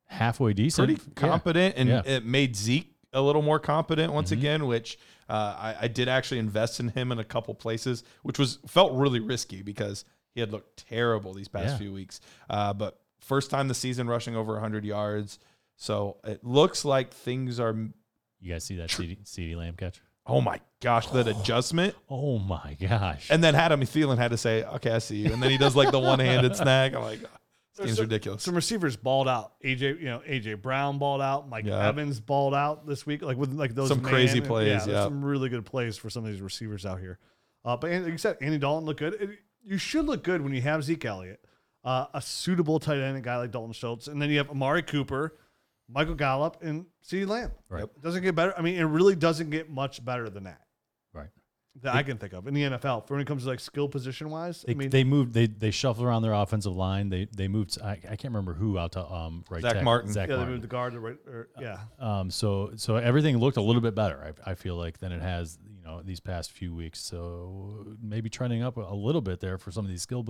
S3: halfway decent,
S4: pretty
S3: Yeah.
S4: competent, and
S3: Yeah. Mm-hmm.
S4: it made Zeke a little more competent once again. Which uh, I, I did actually invest in him in a couple places, which was felt really risky because he had looked terrible these past
S3: Yeah.
S4: few weeks. Uh, but first time this season rushing over 100 yards, so it looks like things are.
S3: You guys see that CD, CD Lamb catch?
S4: Oh my gosh, that adjustment!
S3: Oh my gosh!
S4: And then Adam Thielen had to say, "Okay, I see you," and then he does like the one-handed snag. I'm like, this game's
S2: some-
S4: ridiculous.
S2: Some receivers balled out. AJ, you know, AJ Brown balled out. Mike
S4: Yeah.
S2: Evans balled out this week. Like with like those
S4: Some
S2: man-
S4: crazy
S2: yeah,
S4: plays,
S2: there's
S4: yeah.
S2: some really good plays for some of these receivers out here. Uh, but and- like you said, Andy Dalton looked good. It- you should look good when you have Zeke Elliott, uh, a suitable tight end, a guy like Dalton Schultz, and then you have Amari Cooper, Michael Gallup, and CeeDee Lamb.
S3: Right.
S2: It doesn't get better. I mean, it really doesn't get much better than that
S3: right.
S2: that I can think of in the NFL. For when it comes to like skill position wise,
S3: They,
S2: I mean,
S3: they moved. They they shuffled around their offensive line. They they moved. I, I can't remember who out to um right.
S4: Zach
S3: tackle-
S4: Martin.
S3: Zach
S2: yeah, they
S3: Martin.
S2: moved the guard to right. Or, yeah.
S3: Um, so so everything looked a little bit better. I, I feel like than it has you know these past few weeks. So maybe trending up a little bit there for some of these skill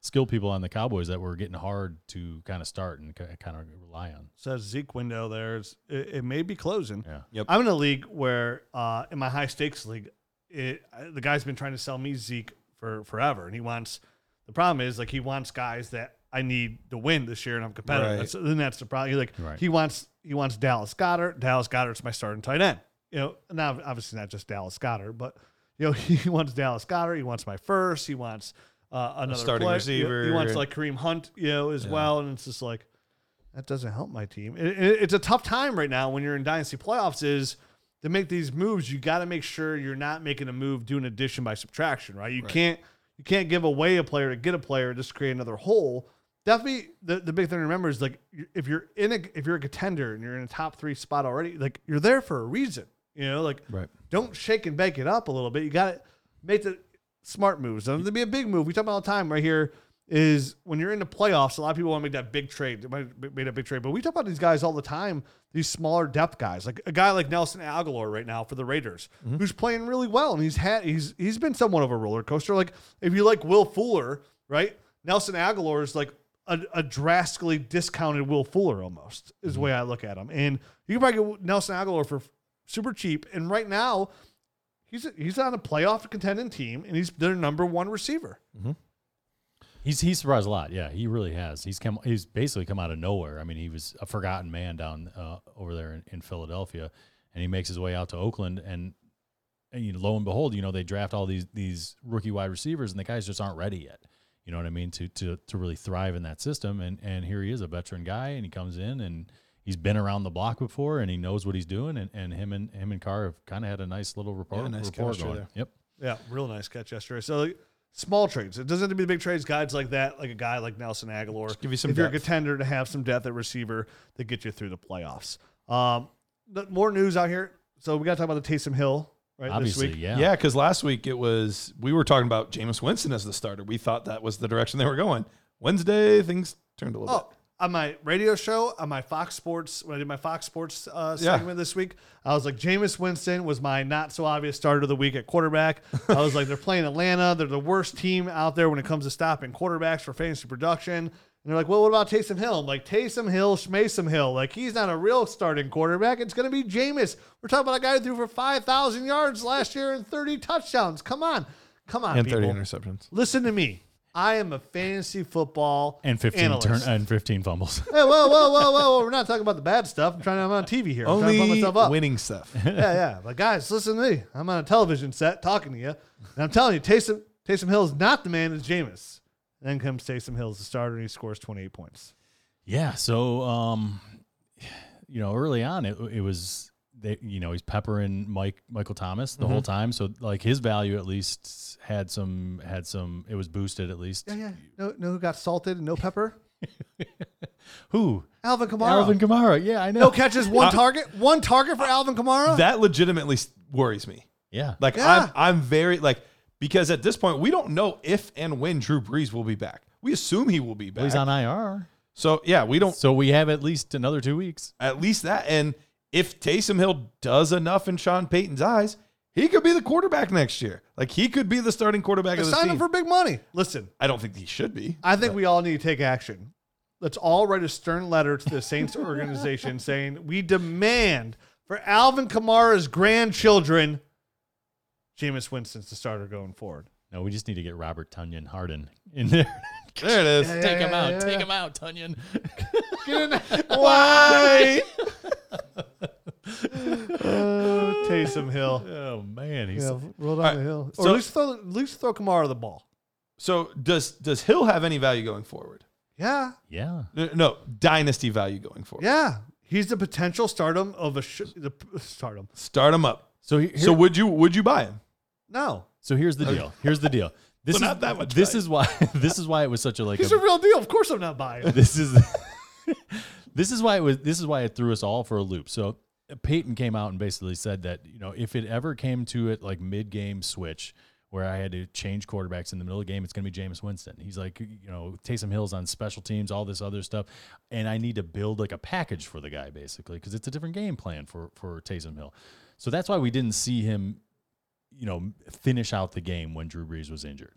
S3: skill people on the Cowboys that were getting hard to kind of start and kind of rely on.
S2: says Zeke window there. It's, it, it may be closing.
S3: Yeah.
S4: Yep.
S2: I'm in a league where, uh, in my high stakes league, it, I- the guy's been trying to sell me Zeke for forever, and he wants. The problem is like he wants guys that I need to win this year, and I'm competitive.
S4: Right.
S2: That's, then that's the problem. He's like
S3: Right.
S2: he wants he wants Dallas Goddard. Dallas Goddard's my starting tight end. You know, now obviously not just Dallas Goddard, but you know he wants Dallas Goddard. He wants my first. He wants uh, another
S4: starting
S2: player.
S4: receiver.
S2: He, he wants like Kareem Hunt, you know, as well, and it's just like that doesn't help my team. It, it- it's a tough time right now when you're in dynasty playoffs. Is to make these moves, you got to make sure you're not making a move doing addition by subtraction, right? You can't you can't give away a player to get a player just create another hole. Definitely, the, the big thing to remember is like you- if you're in a if you're a contender and you're in a top three spot already, like you're there for a reason. You know, like
S4: Right.
S2: don't shake and bake it up a little bit. You got to make the smart moves. Doesn't have to be a big move. We talk about all the time right here is when you're in the playoffs, a lot of people want to make that big trade. They might have made a big trade, but we talk about these guys all the time, these smaller depth guys. Like a guy like Nelson Aguilar right now for the Raiders, who's playing really well and he's had he's he's been somewhat of a roller coaster. Like if you like Will Fuller, right? Nelson Aguilar is like a, a drastically discounted Will Fuller almost is the way I look at him. And you can probably get Nelson Aguilar for super cheap. And right now, he's he's on a playoff contending team, and he's their number one receiver.
S3: He's he's surprised a lot. Yeah, he really has. He's come. He's basically come out of nowhere. I mean, he was a forgotten man down uh, over there in, in Philadelphia, and he makes his way out to Oakland, and, and you know, lo and behold, you know they draft all these these rookie wide receivers, and the guys just aren't ready yet. You know what I mean? To to to really thrive in that system, and and here he is, a veteran guy, and he comes in and. He's been around the block before, and he knows what he's doing. And, and him and him and Carr have kind of had a nice little rapport.
S4: Yeah, nice
S3: rapport
S4: chemistry
S3: going.
S4: there.
S3: Yep.
S2: Yeah, real nice catch yesterday. So like, small trades. It doesn't have to be big trades. Guys like that, like a guy like Nelson Aguilar,
S4: give you some
S2: If you're a
S4: depth.
S2: contender to have some depth at receiver to get you through the playoffs. Um, th- more news out here. So we got to talk about the Taysom Hill right
S3: Obviously,
S2: this week.
S3: yeah.
S4: Yeah, because last week it was we were talking about Jameis Winston as the starter. We thought that was the direction they were going. Wednesday things turned a little
S2: Oh,
S4: bit.
S2: on my radio show, on my Fox Sports, when I did my Fox Sports uh,
S4: Yeah.
S2: segment this week, I was like, Jameis Winston was my not so obvious starter of the week at quarterback. I was like, they're playing Atlanta. They're the worst team out there when it comes to stopping quarterbacks for fantasy production. And they're like, well, what about Taysom Hill? I'm like, Taysom Hill, Mason Hill. Like, he's not a real starting quarterback. It's going to be Jameis. We're talking about a guy who threw for 5,000 yards last year and 30 touchdowns. Come on. Come on,
S4: and
S2: people.
S4: 30 interceptions.
S2: Listen to me. I am a fantasy football
S3: and 15
S2: analyst.
S3: turn, and 15 fumbles.
S2: Hey, whoa, whoa, whoa, whoa, whoa! We're not talking about the bad stuff. I'm trying. I'm on TV here. I'm trying to put
S4: Only
S2: myself up.
S4: winning stuff.
S2: Yeah, yeah. But guys, listen to me. I'm on a television set talking to you, and I'm telling you, Taysom Taysom Hill's not the man. It's Jameis. Then comes Taysom Hill's the starter, and he scores 28 points.
S3: Yeah. So, um, you know, early on, it, it was they, you know, he's peppering Mike Michael Thomas the whole time. So, like his value at least had some had some. It was boosted at least.
S2: Yeah, yeah. No, no, who got salted and no pepper?
S3: Who?
S2: Alvin Kamara.
S3: Alvin Kamara. Yeah, I know.
S2: no catches, one target, one target for Alvin Kamara.
S4: That legitimately s- worries me.
S3: Yeah.
S4: Like
S2: Yeah.
S4: I'm, I'm very like because at this point we don't know if and when Drew Brees will be back. We assume he will be back.
S3: Well, he's on IR.
S4: so yeah, we don't
S3: So we have at least another two weeks.
S4: at least that. And if Taysom Hill does enough in Sean Payton's eyes, he could be the quarterback next year. Like he could be the starting quarterback of the
S2: Sign
S4: team.
S2: him for big money. Listen,
S4: I don't think he should be.
S2: I think we all need to take action. Let's all write a stern letter to the Saints organization saying we demand for Alvin Kamara's grandchildren, Jameis Winston's the starter going forward.
S3: No, we just need to get Robert Tunyon Harden in there.
S4: There it is.
S3: take him out.
S2: yeah,
S3: take
S2: yeah.
S3: him out, Tunyon.
S2: Get in there.
S4: Why?
S2: Oh, Taysom Hill.
S3: Oh man, he's
S2: Yeah, roll down
S4: right,
S2: the hill. Or
S4: so-
S2: at, least throw, at least throw Kamara the ball.
S4: so does does Hill have any value going forward?
S2: Yeah,
S3: yeah.
S4: No, no, dynasty value going forward.
S2: yeah. He's the potential stardom of a sh- the p- stardom.
S4: Start him up.
S3: So he- here,
S4: So would you would you buy him?
S2: No,
S3: So here's the deal. Here's the deal. This
S4: So
S3: is
S4: not that much
S3: This
S4: value.
S3: is why. This is why it was such a like.
S2: he's
S3: a-
S2: a real deal. Of course, I'm not buying. him.
S3: this is. this is why it was. This is why it threw us all for a loop. So uh, Peyton came out and basically said that you know if it ever came to it like mid game switch where I had to change quarterbacks in the middle of the game, it's going to be Jameis Winston. He's like you know Taysom Hill's on special teams, all this other stuff, and I need to build like a package for the guy basically because it's a different game plan for for Taysom Hill. So that's why we didn't see him you know, finish out the game when Drew Brees was injured.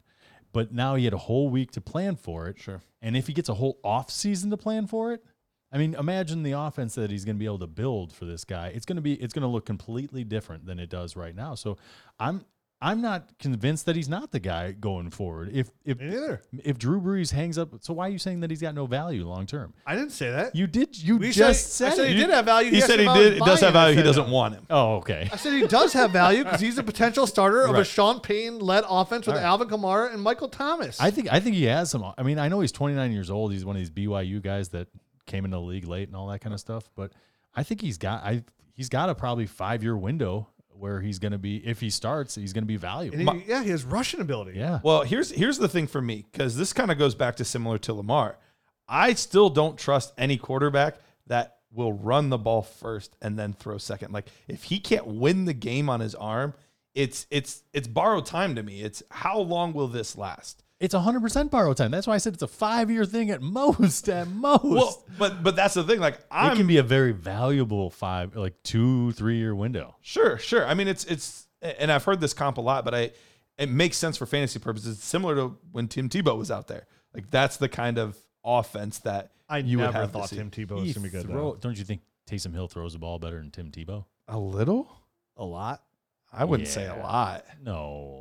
S3: But now he had a whole week to plan for it. Sure. And if he gets a whole off season to plan for it, I mean, imagine the offense that he's going to be able to build for this guy. It's going to be it's going to look completely different than it does right now. So I'm I'm not convinced that he's not the guy going forward. If if
S2: Me neither.
S3: if Drew Brees hangs up, so why are you saying that he's got no value long term?
S2: I didn't say that.
S3: You did you
S2: We
S3: just
S2: said- I
S3: said,
S2: said
S3: it.
S2: he did have value.
S4: He
S2: asked
S4: said
S2: if
S4: he
S2: I was
S4: did. It does
S2: buying
S4: have
S2: I
S4: value. He
S2: said
S4: doesn't
S2: no.
S4: want him.
S3: Oh, okay.
S2: I said he does have value because he's a potential starter of a
S3: Right.
S2: Sean Payne led offense with
S3: All right.
S2: Alvin Kamara and Michael Thomas.
S3: I think I think he has some. I mean, I know he's 29 years old. He's one of these BYU guys that came into the league late and all that kind of stuff. But I think he's got I he's got a probably five year window where he's going to be if he starts, he's going to be valuable.
S2: and he, yeah, he has rushing ability.
S3: yeah,
S4: Well, here's here's the thing for me because this kind of goes back to similar to Lamar. I still don't trust any quarterback that will run the ball first and then throw second. Like if he can't win the game on his arm, it's it's it's borrowed time to me. It's how long will this last?
S3: it's 100 percent borrowed time. That's why I said it's a five year thing at most. At most,
S4: Well, but but that's the thing. Like
S3: it
S4: I'm
S3: can be a very valuable five, like two three year window.
S4: Sure, sure. I mean, it's it's, and I've heard this comp a lot, but I it makes sense for fantasy purposes. It's similar to when Tim Tebow was out there. Like that's the kind of offense that
S2: I
S4: you would
S2: never
S4: have
S2: thought
S4: this year.
S2: Tim Tebow was going to be good.
S3: Throw-
S2: Though.
S3: don't you think Taysom Hill throws the ball better than Tim Tebow?
S4: A little?
S2: A lot.
S4: I wouldn't say a
S3: Yeah.
S4: lot.
S3: No.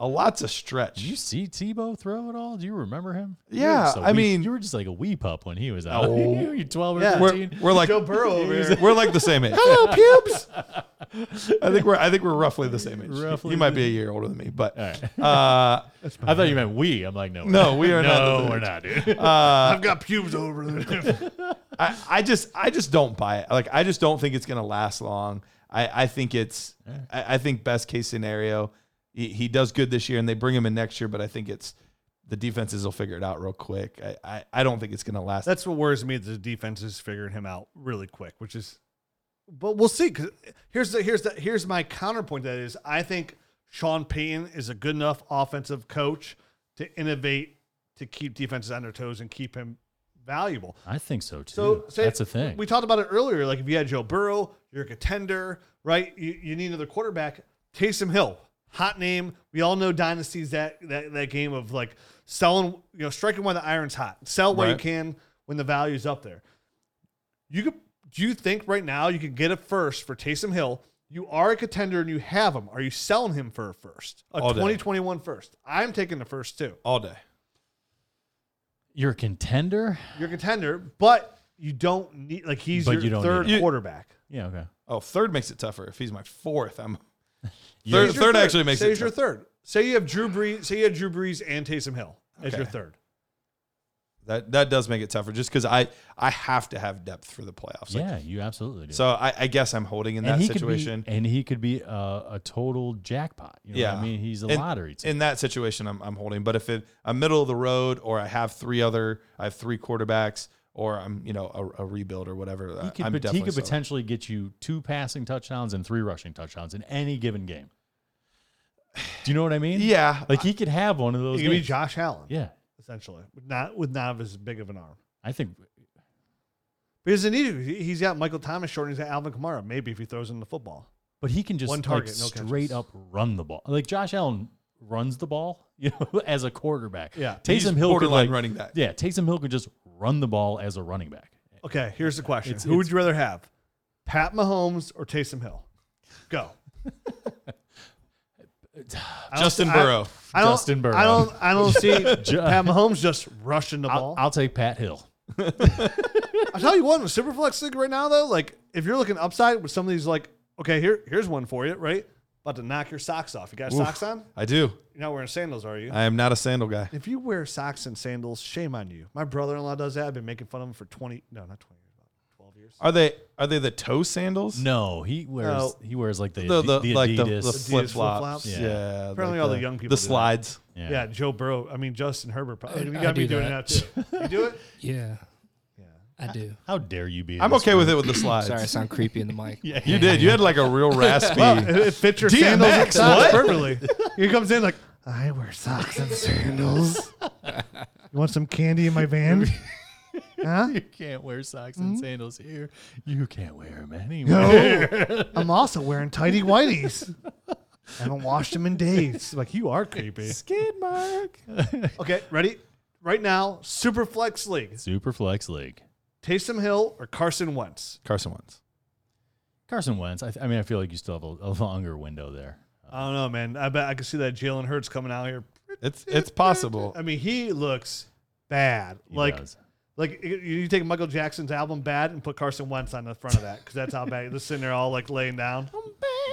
S4: A lot's a stretch.
S3: Did you see Tebow throw at all? Do you remember him? You were
S4: Yeah,
S3: just a
S4: I
S3: wee-
S4: mean-
S3: you were just like a wee pup when he was out.
S4: Oh.
S3: you were 12 or
S2: Yeah.
S4: we're,
S3: 13.
S4: we're like
S2: Joe Burrow over here.
S4: we're like the same age.
S2: Hello, pubes.
S4: I think we're I think we're roughly the same age.
S3: Roughly
S4: he might
S3: the-
S4: be a year older than me, but
S3: All right.
S4: uh,
S3: I thought you meant we. I'm like, no, we're
S4: No, we are not Uh, the
S3: no,
S4: same
S3: we're not, dude.
S2: I've got pubes over there.
S4: I, I just I just don't buy it. Like I just don't think it's gonna last long. I, I think it's I, I think best case scenario, he, he does good this year and they bring him in next year, but I think it's the defenses will figure it out real quick. I, I, I don't think it's gonna last.
S2: That's what worries me. is The defense is figuring him out really quick, which is, but we'll see. 'cause here's the here's the here's my counterpoint. to That is, I think Sean Payton is a good enough offensive coach to innovate to keep defenses on their toes and keep him valuable.
S3: I think so too.
S2: So say
S3: that's a thing.
S2: We talked about it earlier. Like if you had Joe Burrow, you're a contender, right? You, you need another quarterback. Taysom Hill, hot name. We all know dynasties that that, that game of like selling, you know, striking while the iron's hot. Sell while you
S4: Right.
S2: can when the value's up there. You could do you think right now you could get a first for Taysom Hill? You are a contender and you have him. Are you selling him for a first? A
S4: All day.
S2: 2021 first. I'm taking the first too.
S4: all day.
S3: You're a contender.
S2: You're a contender, but you don't need like he's
S3: But
S2: your
S3: you don't
S2: third
S3: need
S4: him. You-
S2: quarterback.
S3: Yeah. Okay.
S4: Oh, third makes it tougher. If he's my fourth, I'm
S2: Say
S4: third.
S2: he's
S4: Third,
S2: your
S4: actually makes
S2: say
S4: it.
S2: he's your
S4: tough.
S2: third. Say you have Drew Brees. Say you had Drew Brees and Taysom Hill as your
S4: Okay.
S2: third.
S4: That that does make it tougher, just because I I have to have depth for the playoffs. Like,
S3: yeah, you absolutely do.
S4: So I, I guess I'm holding in that situation.
S3: Could be, and he could be a, a total jackpot. You know
S4: yeah,
S3: what I mean? He's a
S4: In-
S3: lottery ticket.
S4: In that situation, I'm, I'm holding. But if it, I'm middle of the road, or I have three other, I have three quarterbacks, or I'm you know a, a rebuild or whatever.
S3: He could,
S4: uh, I'm
S3: but he could
S4: selling.
S3: potentially get you two passing touchdowns and three rushing touchdowns in any given game. Do you know what I mean?
S4: Yeah,
S3: Like he could have one of those.
S2: He could be
S3: games.
S2: Josh Allen,
S3: yeah,
S2: essentially, with not with not as big of an arm.
S3: I think
S2: Because he need he- he's got Michael Thomas short, and he's got Alvin Kamara. Maybe if he throws in the football,
S3: But he can just
S2: One target,
S3: like,
S2: no
S3: straight
S2: catches.
S3: up run the ball. Like Josh Allen runs the ball, you know, as a quarterback.
S2: Yeah.
S4: He's
S3: Taysom Hill could
S4: borderline
S3: like,
S4: running back.
S3: Yeah, Taysom Hill could just run the ball as a running back.
S2: okay. Here's the question:
S3: It's-
S2: Who would
S3: it's-
S2: you rather have, Pat Mahomes or Taysom Hill? Go. I don't-
S4: Justin
S2: I-
S4: Burrow.
S2: I don't,
S3: Justin Burrow.
S2: I don't. I don't see Pat Mahomes just rushing the
S3: I'll,
S2: ball.
S3: I'll take Pat Hill.
S2: I tell you what, in the Superflex League right now, though, like if you're looking upside with some of these, like, okay, here, here's one for you, right? About to knock your socks off. You got socks on?
S4: I do.
S2: You're not wearing sandals, are you?
S4: I am not a sandal guy.
S2: if you wear socks and sandals, shame on you. My brother-in-law does that. I've been making fun of him for 20, no, not 20 years, about 12 years.
S4: Are they are they the toe sandals?
S3: No, he wears
S2: No.
S3: he wears like the
S4: the, the,
S3: the
S4: like the,
S3: Adidas.
S4: flip
S2: flip-flops?
S4: flops. Yeah.
S3: Yeah.
S2: Apparently all the young people do
S4: The
S2: that.
S4: slides.
S2: yeah. Joe Burrow. I mean, Justin Herbert. Probably, you
S5: I
S2: got to be
S5: do
S2: doing that,
S5: that.
S2: too. You do it?
S5: Yeah.
S2: Yeah.
S5: I do.
S3: How dare you be? in
S4: I'm
S3: this
S4: okay
S3: room.
S4: with it with the slides.
S5: Sorry, I sound creepy in the mic.
S3: Yeah,
S4: You did. You had like a real raspy.
S2: Well, it fits your sandals and
S4: DMX,
S2: socks
S4: what?
S2: perfectly. He comes in like, I wear socks and sandals. you want some candy in my van? huh?
S3: You can't wear socks and sandals here. You can't wear them anywhere.
S2: No, I'm also wearing tidy whities. I haven't washed them in days. Like you are creepy.
S4: Skid mark.
S2: Okay, ready? Right now, Super Flex League.
S3: Super flex league.
S2: Taysom Hill or Carson Wentz?
S4: Carson Wentz.
S3: Carson Wentz. I, th- I mean, I feel like you still have a, a longer window there.
S2: I don't know, man. I bet I can see that Jalen Hurts coming out here.
S4: It's it's possible.
S2: I mean, he looks bad.
S3: He
S2: like
S3: does.
S2: Like you- you take Michael Jackson's album "Bad" and put Carson Wentz on the front of that because that's how bad. They're sitting there all like laying down.
S4: Um,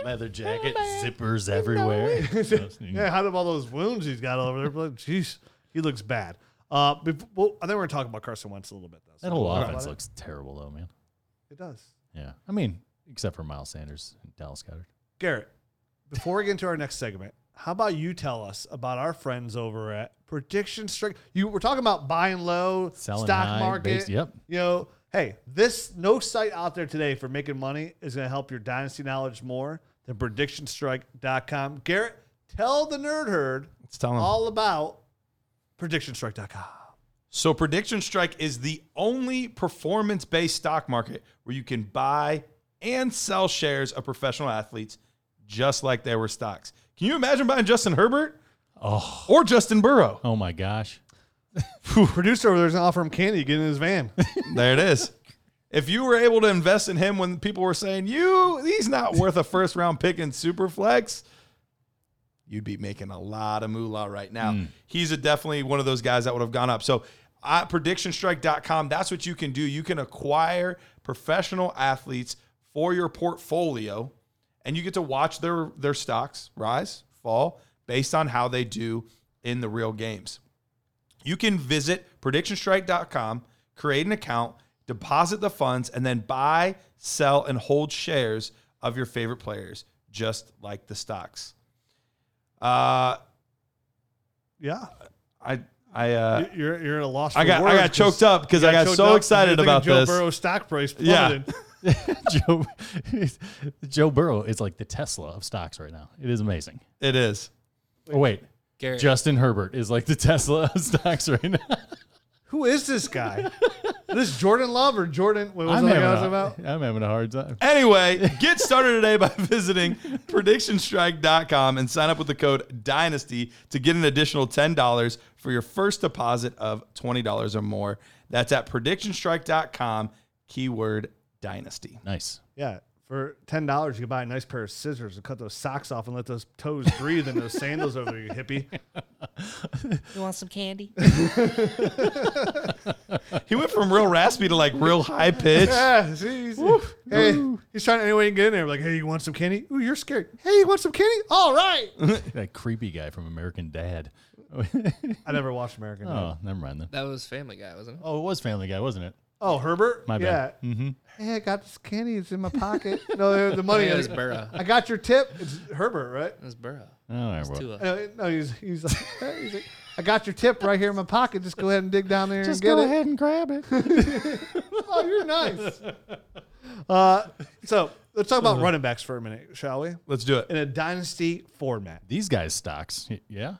S3: leather jacket, zippers everywhere.
S2: Yeah, out of all those wounds he's got all over there, but jeez, he looks bad. Uh, bef- well, I think we're gonna talk about Carson Wentz a little bit though. so
S3: That whole
S2: we'll talk
S3: offense
S2: about it.
S3: looks terrible, though, man.
S2: It does.
S3: Yeah, I mean, except for Miles Sanders and Dallas Goddard.
S2: Garrett, before we get into our next segment, how about you tell us about our friends over at Prediction Strike? You were talking about buying low,
S3: Selling
S2: stock
S3: high,
S2: market.
S3: base- yep.
S2: You know, hey, this no site out there today for making money is going to help your dynasty knowledge more than PredictionStrike.com. Garrett, tell the nerd herd
S4: It's telling.
S2: all about PredictionStrike.com.
S4: So prediction strike is the only performance-based stock market where you can buy and sell shares of professional athletes just like they were stocks. Can you imagine buying Justin Herbert?
S3: Oh,
S4: or Justin Burrow.
S3: oh my gosh.
S2: Producer over there's going to offer him candy to get in his van.
S4: There it is. If you were able to invest in him when people were saying you he's not worth a first round pick in Superflex, you'd be making a lot of moolah right now. He's a definitely one of those guys that would have gone up. So at predictionstrike.com, that's what you can do. You can acquire professional athletes for your portfolio and you get to watch their their stocks rise, fall based on how they do in the real games. You can visit predictionstrike.com, create an account, deposit the funds, and then buy, sell, and hold shares of your favorite players, just like the stocks. Uh,
S2: yeah.
S4: I, I, uh,
S2: You're, you're at a loss for
S4: I got, I
S2: words
S4: got
S2: 'cause-
S4: choked up because I
S2: Yeah,
S4: got
S2: choked
S4: so
S2: up. You're
S4: excited
S2: thinking
S4: about
S2: Joe
S4: this.
S2: Burrow's stock price
S4: Yeah.
S2: plummeted.
S3: Joe, Joe Burrow is like the Tesla of stocks right now. It is amazing.
S4: It is.
S3: Oh, wait.
S5: Garrett,
S3: Justin Herbert is like the Tesla of stocks right now.
S2: Who is this guy? this Jordan Love or Jordan? What was
S3: I'm
S2: the
S3: having,
S2: guy I was
S3: a,
S2: about?
S3: I'm having a hard time.
S4: Anyway, get started today by visiting predictionstrike.com and sign up with the code DYNASTY to get an additional $10 for your first deposit of $20 or more. That's at predictionstrike.com, keyword dynasty.
S3: Nice.
S2: Yeah. For ten dollars, you can buy a nice pair of scissors and cut those socks off and let those toes breathe in those sandals over you, hippie.
S5: You want some candy?
S4: He went from real raspy to like real high pitch.
S2: Yeah, Ah, see, he's, hey, he's trying to any way he can get in there. Like, hey, you want some candy? Ooh, you're scared. Hey, you want some candy? All right.
S3: That creepy guy from American Dad.
S2: I never watched American. Dad.
S3: Oh, never mind then.
S6: That was Family Guy, wasn't it?
S3: Oh, it was Family Guy, wasn't it?
S2: Oh, Herbert.
S3: My bad.
S2: Yeah. Mm-hmm. Hey, I got this candy. It's in my pocket. no, the- the money.
S6: Yeah, it
S2: is.
S6: was Burrow.
S2: I got your tip. It's Herbert, right?
S6: It was Burrow.
S3: Oh, there we
S6: Tua.
S2: No, no he's he's like, he's like, I got your tip right here in my pocket. Just go ahead and dig down there and get it.
S3: and grab it.
S2: Oh, you're nice. Uh, so let's talk
S3: Mm-hmm.
S2: about running backs for a minute, shall we?
S4: Let's do
S2: In
S4: it.
S2: a dynasty format,
S3: These guys' stocks. y- Yeah.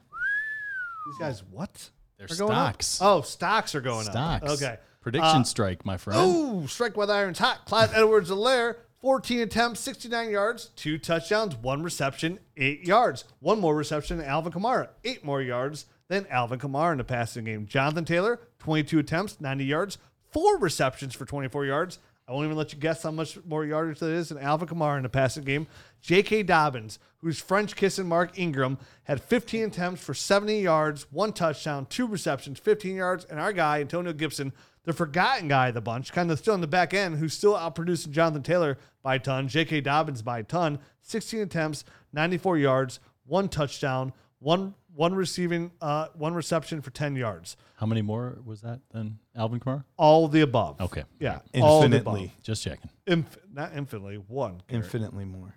S2: these guys what?
S3: They're
S2: Are going up?
S3: stocks.
S2: Oh, stocks are going
S3: Stocks.
S2: up. Okay. Uh,
S3: Prediction strike, my friend.
S2: Ooh, strike while the iron's hot. Clyde Edwards Alaire, 14 attempts, 69 yards, two touchdowns, one reception, eight yards. One more reception than Alvin Kamara, eight more yards than Alvin Kamara in the passing game. Jonathan Taylor, 22 attempts, 90 yards, four receptions for 24 yards. I won't even let you guess how much more yardage that is than Alvin Kamara in the passing game. J.K. Dobbins, who's French kissing Mark Ingram, had 15 attempts for 70 yards, one touchdown, two receptions, 15 yards. And our guy, Antonio Gibson, the forgotten guy of the bunch, kind of still in the back end, who's still outproducing Jonathan Taylor by a ton, J.K. Dobbins by a ton, 16 attempts, 94 yards, one touchdown, one one receiving, uh, one reception for 10 yards.
S3: How many more was that than Alvin Kamara?
S2: All of the above.
S3: Okay.
S2: Yeah. all of the above.
S4: Infinitely.
S3: Just checking.
S2: Inf- not infinitely. One. Garrett.
S4: Infinitely more.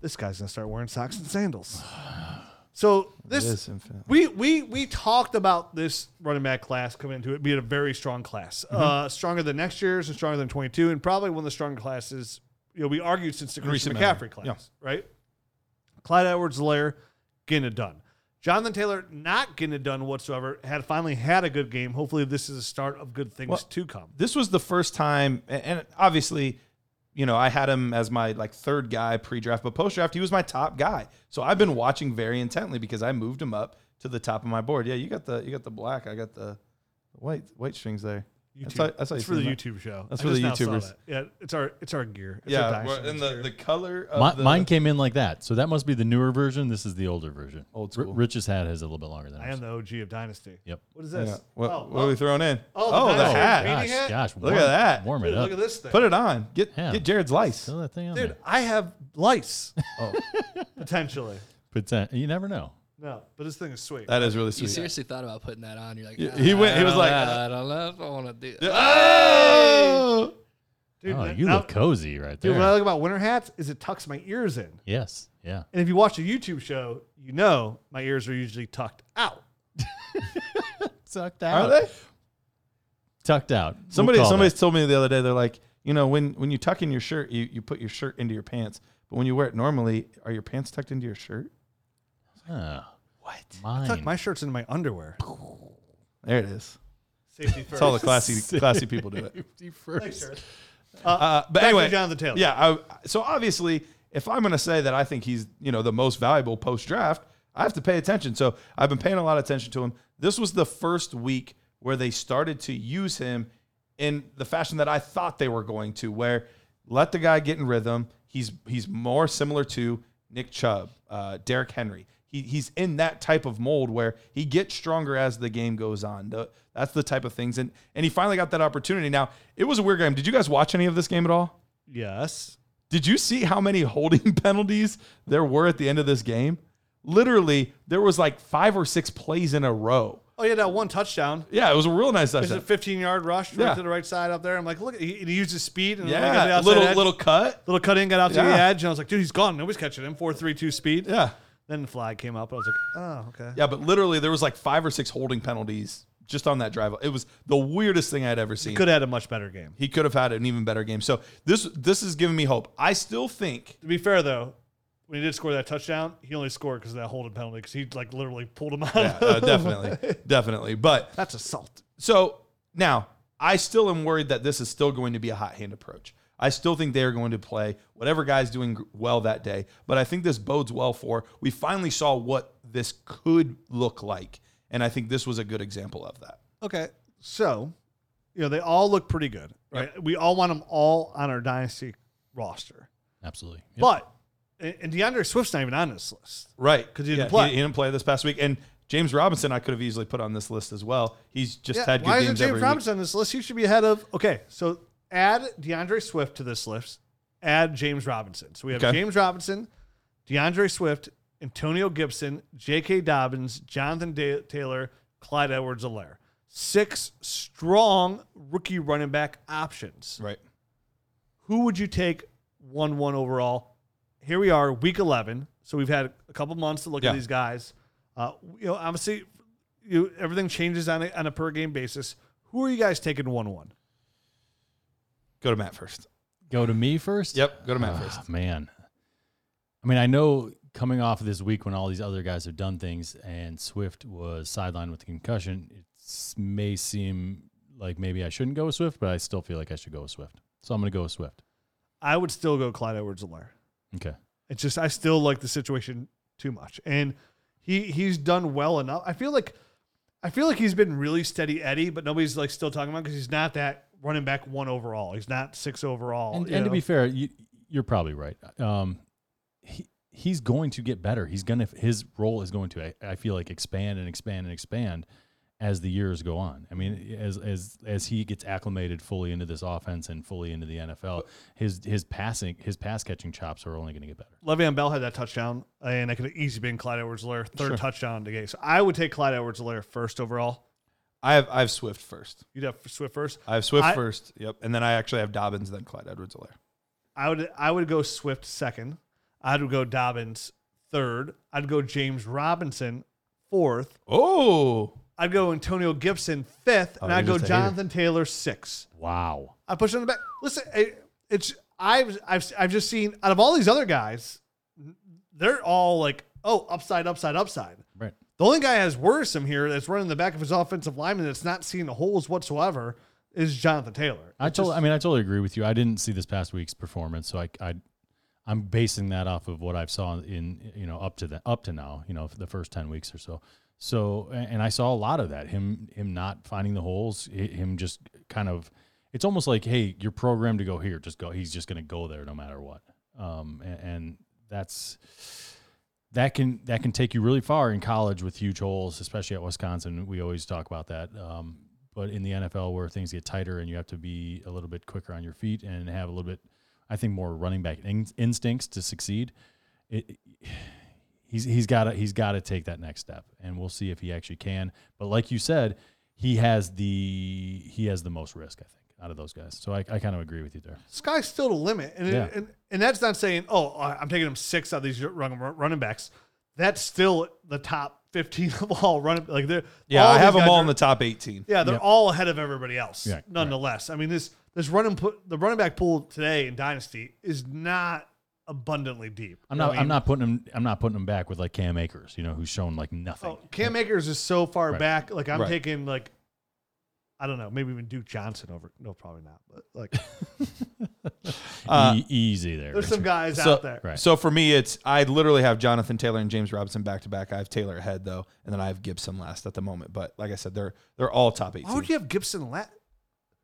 S2: this guy's gonna start wearing socks and sandals. So
S4: It
S2: this
S4: is infinite.
S2: we we we talked about this running back class coming into it being a very strong class,
S4: Mm-hmm.
S2: uh, stronger than next year's and stronger than twenty two, and probably one of the stronger classes. You know, we argued since the Christian
S4: recent memory.
S2: McCaffrey class,
S4: Yeah.
S2: right? Clyde edwards helaire getting it done. Jonathan Taylor not getting it done whatsoever. Had finally had a good game. Hopefully, this is a start of good things
S4: Well,
S2: to come.
S4: this was the first time, and- and obviously, you know, I had him as my like third guy pre-draft, but post-draft he was my top guy. So I've been watching very intently because I moved him up to the top of my board. Yeah, you got the you got the black, I got the white white strings there.
S2: YouTube.
S4: That's how, that's how
S2: it's
S4: you
S2: for the
S4: see them.
S2: YouTube show.
S4: That's
S2: I
S4: for the
S2: just now saw
S4: YouTubers.
S2: that. Yeah, it's our it's our gear. It's our
S4: Yeah,
S2: Dyson
S4: well, and
S2: gear.
S4: the, the color of
S3: Mi-
S4: the,
S3: mine came in like that. So that must be the newer version. This is the older version.
S4: Old
S3: R-
S4: school.
S3: Rich's had his a little bit longer than
S2: I
S3: ours.
S2: am the OG of Dynasty.
S3: Yep.
S2: What is
S4: Yeah.
S2: this?
S4: What,
S2: oh,
S4: what are we throwing in?
S2: Oh, the
S4: Oh, the,
S2: nice
S4: hat.
S2: green.
S3: Gosh,
S2: Beating it?
S3: gosh.
S4: Look
S3: warm-
S4: at that.
S3: Warm it
S2: Dude,
S3: up.
S2: look at this thing.
S4: Put it on. Get
S3: Yeah.
S4: get Jared's lice.
S3: Throw that thing on
S2: Dude,
S3: there.
S2: I have lice.
S4: Oh.
S2: Potentially.
S3: But that- you never know.
S2: No, but this thing is sweet.
S4: That is really sweet.
S6: You seriously thought about putting that on? You're like,
S4: Yeah, he went- he
S6: "I
S4: was
S6: don't
S4: like,
S6: know, I don't know if I want to do. That.
S4: Oh!
S2: Dude,
S3: oh,
S2: that-
S3: you
S2: now-
S3: look cozy right there.
S2: Dude, what I like about winter hats is it tucks my ears in.
S3: yes. Yeah.
S2: And if you watch a YouTube show, you know my ears are usually tucked out.
S3: Sucked out.
S4: Are they?
S3: Tucked out. We'll
S4: Somebody
S3: call
S4: somebody's
S3: that.
S4: told me the other day they're like, you know, when when you tuck in your shirt, you, you put your shirt into your pants. But when you wear it normally, are your pants tucked into your shirt?
S3: Huh.
S4: What?
S2: I
S3: Ah, Mine.
S2: tuck my shirts into my underwear.
S4: There it is.
S2: Safety first.
S4: It's all the classy classy people do it.
S2: Thanks, sir.
S4: Uh, but
S2: Back to
S4: anyway,
S2: Jonathan Taylor.
S4: Yeah. I, so obviously, if I'm going to say that I think he's you know the most valuable post draft, I have to pay attention. So I've been paying a lot of attention to him. This was the first week where they started to use him in the fashion that I thought they were going to, where let the guy get in rhythm. He's he's more similar to Nick Chubb, uh, Derrick Henry. He, he's in that type of mold where he gets stronger as the game goes on. The- that's the type of things, and and he finally got that opportunity. Now it was a weird game. Did you guys watch any of this game at all?
S2: Yes.
S4: Did you see how many holding penalties there were at the end of this game? Literally, there was like five or six plays in a row.
S2: Oh, yeah, that one touchdown.
S4: Yeah, it was a real nice
S2: There's a
S4: touchdown.
S2: 15 yard rush right
S4: Yeah.
S2: to the right side up there. I'm like, look, he, he used his speed and then he got to the
S4: Yeah,
S2: outside
S4: little
S2: edge.
S4: little cut.
S2: little cut in, got out to the
S4: Yeah.
S2: edge, and I was like, dude, he's gone. Nobody's catching him. Four three two speed.
S4: Yeah,
S2: Then the flag came up. I was like, oh, okay.
S4: yeah, but literally there was like five or six holding penalties just on that drive. It was the weirdest thing I'd ever seen.
S2: Could have had a much better game.
S4: He could have had an even better game. So this this is giving me hope. I still think
S2: To be fair though, when he did score that touchdown, he only scored because of that holding penalty because he like literally pulled him out.
S4: yeah, uh, definitely, definitely. But
S2: That's assault.
S4: So now I still am worried that this is still going to be a hot hand approach. I still think they are going to play whatever guy's doing well that day, but I think this bodes well for we finally saw what this could look like, and I think this was a good example of that.
S2: Okay, so you know they all look pretty good, right? We all want them all on our dynasty roster,
S3: Absolutely. Yep.
S2: but and and DeAndre Swift's not even on this list.
S4: Right,
S2: Because he didn't
S4: Yeah,
S2: play.
S4: He didn't play this past week, and James Robinson I could have easily put on this list as well. He's just
S2: Yeah,
S4: had good
S2: why
S4: games
S2: isn't James
S4: every
S2: Robinson on this list? He should be ahead of. Okay, so add DeAndre Swift to this list. Add James Robinson. So we have
S4: Okay.
S2: James Robinson, DeAndre Swift, Antonio Gibson, J.K. Dobbins, Jonathan Da- Taylor, Clyde Edwards-Helaire. Six strong rookie running back options.
S4: week. Right.
S2: Who would you take one one overall? Here we are, week eleven. So we've had a couple months to look
S4: Yeah.
S2: at these guys. Uh, you know, obviously, you everything changes on a, on a per game basis. Who are you guys taking one one?
S4: Go to Matt first.
S3: Go to me first.
S4: Yep, go to Matt
S3: Ah,
S4: first.
S3: Man, I mean, I know coming off of this week when all these other guys have done things and Swift was sidelined with concussion, it s- may seem like maybe I shouldn't go with Swift, but I still feel like I should go with Swift. So I'm going to go with Swift.
S2: I would still go Clyde Edwards-Helaire.
S3: Okay.
S2: It's just I still like the situation too much, and he he's done well enough. I feel like I feel like he's been really steady Eddie, but nobody's like still talking about because he's not that running back one overall. He's not six overall.
S3: And,
S2: you
S3: and to
S2: know?
S3: be fair, you, you're probably right. Um, he, he's going to get better. He's going to, his role is going to, I, I feel like, expand and expand and expand as the years go on. I mean, as, as, as he gets acclimated fully into this offense and fully into the NFL, his, his passing, his pass catching chops are only going to get better.
S2: Le'Veon Bell had that touchdown, and that could have easily been Clyde Edwards-Helaire third touchdown of the game. So I would take Clyde Edwards-Helaire first overall.
S4: I have I have Swift first.
S2: You'd have Swift first.
S4: I have Swift
S2: I-
S4: first. Yep, and then I actually have Dobbins, then Clyde Edwards-Helaire.
S2: I would I would go Swift second. I would go Dobbins third. I'd go James Robinson fourth.
S4: Oh,
S2: I'd go Antonio Gibson fifth, and
S4: you're
S2: I'd go
S4: just a hater.
S2: Jonathan Taylor six.
S3: Wow.
S2: I push on the back. Listen, it, it's I've I've I've just seen out of all these other guys, they're all like oh upside upside upside.
S3: Right.
S2: The only guy that's worrisome here that's running the back of his offensive lineman that's not seeing the holes whatsoever is Jonathan Taylor.
S3: I told, I mean, I totally agree with you. I didn't see this past week's performance, so I, I, I'm basing that off of what I've saw in, you know, up to the, up to now, you know, the first ten weeks or so. So, and and I saw a lot of that. Him, him not finding the holes. hi- Him just kind of. It's almost like, hey, you're programmed to go here. Just go. He's just going to go there no matter what. Um, and, and that's that can that can take you really far in college with huge holes, especially at Wisconsin. We always talk about that. Um, but in the NFL, where things get tighter and you have to be a little bit quicker on your feet and have a little bit, I think, more running back in- instincts to succeed. It, he's he's got to he's got to take that next step, and we'll see if he actually can. But like you said, he has the he has the most risk, I think, out of those guys. So I, I kind of agree with you there.
S2: sky's still the limit. And,
S3: Yeah.
S2: and and that's not saying, oh, I- I'm taking him six out of these run- running backs. That's still the top 15 of all running. Like they're
S4: yeah, I
S2: these
S4: have them
S2: guys
S4: all
S2: are-
S4: in the top 18.
S2: Yeah, they're
S3: Yep.
S2: all ahead of everybody else.
S3: Yeah,
S2: nonetheless, I mean this this running put the running back pool today in dynasty is not abundantly deep.
S3: I'm
S2: You know what
S3: not
S2: I
S3: I'm
S2: mean?
S3: not putting him I'm not putting him back with like Cam Akers, you know, who's shown like nothing.
S2: Oh, Cam Akers is so far
S3: Right.
S2: back. Like I'm
S4: Right.
S2: taking like. I don't know, maybe even Duke Johnson over. No, probably not. But like,
S4: Uh,
S3: E- easy there.
S2: there's some
S3: Richard.
S2: guys
S4: so,
S2: out there.
S3: Right.
S4: so for me, it's I literally have Jonathan Taylor and James Robinson back to back. I have Taylor ahead though, and then I have Gibson last at the moment. But like I said, they're they're all top 18.
S2: Why would you have Gibson last?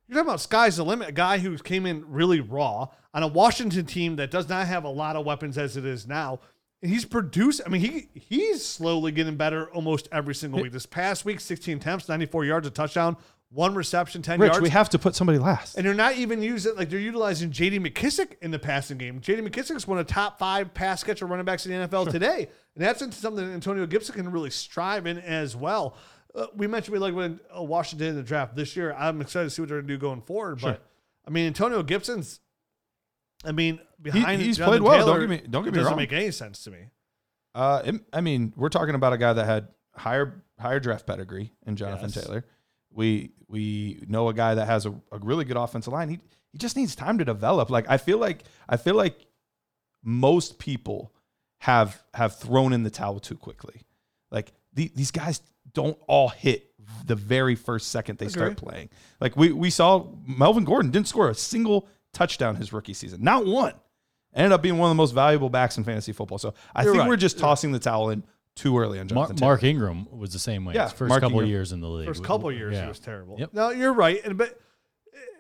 S2: You're talking about sky's the limit. A guy who came in really raw on a Washington team that does not have a lot of weapons as it is now. And he's produced. I mean, he he's slowly getting better almost every single week. This past week, 16 attempts, 94 yards, a touchdown, one reception, 10
S4: Rich,
S2: yards.
S4: we have to put somebody last.
S2: and they're not even using like they're utilizing J.D. McKissick in the passing game. J.D. McKissick's one of the top five pass catcher running backs in the NFL today, and that's into something that Antonio Gibson can really strive in as well. Uh, we mentioned we like when uh, Washington in the draft this year. I'm excited to see what they're going to do going forward.
S4: Sure.
S2: But I mean, Antonio Gibson's. I mean,
S4: He-
S2: behind
S4: he's
S2: Jonathan
S4: played well. Don't
S2: Taylor,
S4: get me- don't get
S2: it
S4: me
S2: doesn't
S4: wrong.
S2: make any sense to me.
S4: Uh, it- I mean, we're talking about a guy that had higher higher draft pedigree in Jonathan
S2: Yes.
S4: Taylor. We we know a guy that has a, a really good offensive line. He he just needs time to develop. Like I feel like I feel like most people have have thrown in the towel too quickly. Like the, these guys don't all hit the very first second they start playing. Like we we saw Melvin Gordon didn't score a single touchdown his rookie season, not one. Ended up being one of the most valuable backs in fantasy football. So I think
S2: right.
S4: we're just tossing the towel in too early on
S3: Mar-
S4: Jonathan. Taylor.
S3: Mark Ingram was the same way.
S4: Yeah,
S3: his first
S4: Mark
S3: couple
S4: Ingram.
S3: years in the league.
S2: First
S3: w-
S2: couple
S3: w-
S2: years,
S3: yeah.
S2: it was terrible.
S3: Yep.
S2: No, you're right. And but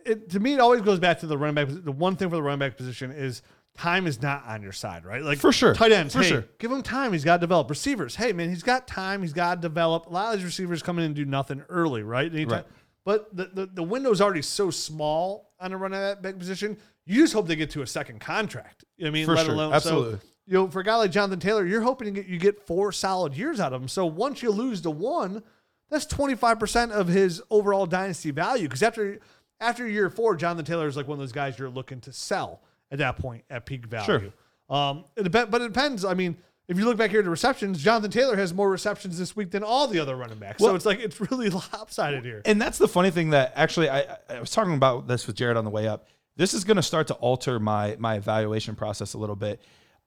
S2: it, to me, it always goes back to the running back. posi- The one thing for the running back position is time is not on your side, right? Like
S4: For sure.
S2: tight ends.
S4: For
S2: hey,
S4: sure.
S2: give him time. He's got to develop. Receivers. Hey, man, he's got time. He's got to develop. A lot of these receivers come in and do nothing early, right? Anytime.
S4: Right.
S2: But the, the the window's already so small on a running back position. You just hope they get to a second contract. You know what I mean?
S4: For
S2: Let
S4: sure.
S2: alone so-
S4: Absolutely.
S2: you know, for a guy like Jonathan Taylor, you're hoping to get, you get four solid years out of him. So once you lose to one, that's 25% of his overall dynasty value. Because after after year four, Jonathan Taylor is like one of those guys you're looking to sell at that point at peak value. Um, it depends, but it depends. I mean, if you look back here to receptions, Jonathan Taylor has more receptions this week than all the other running backs. so
S4: Well-
S2: it's like it's really lopsided here.
S4: And that's the funny thing that actually I, I- I was talking about this with Jared on the way up. This is going to start to alter my my evaluation process a little bit.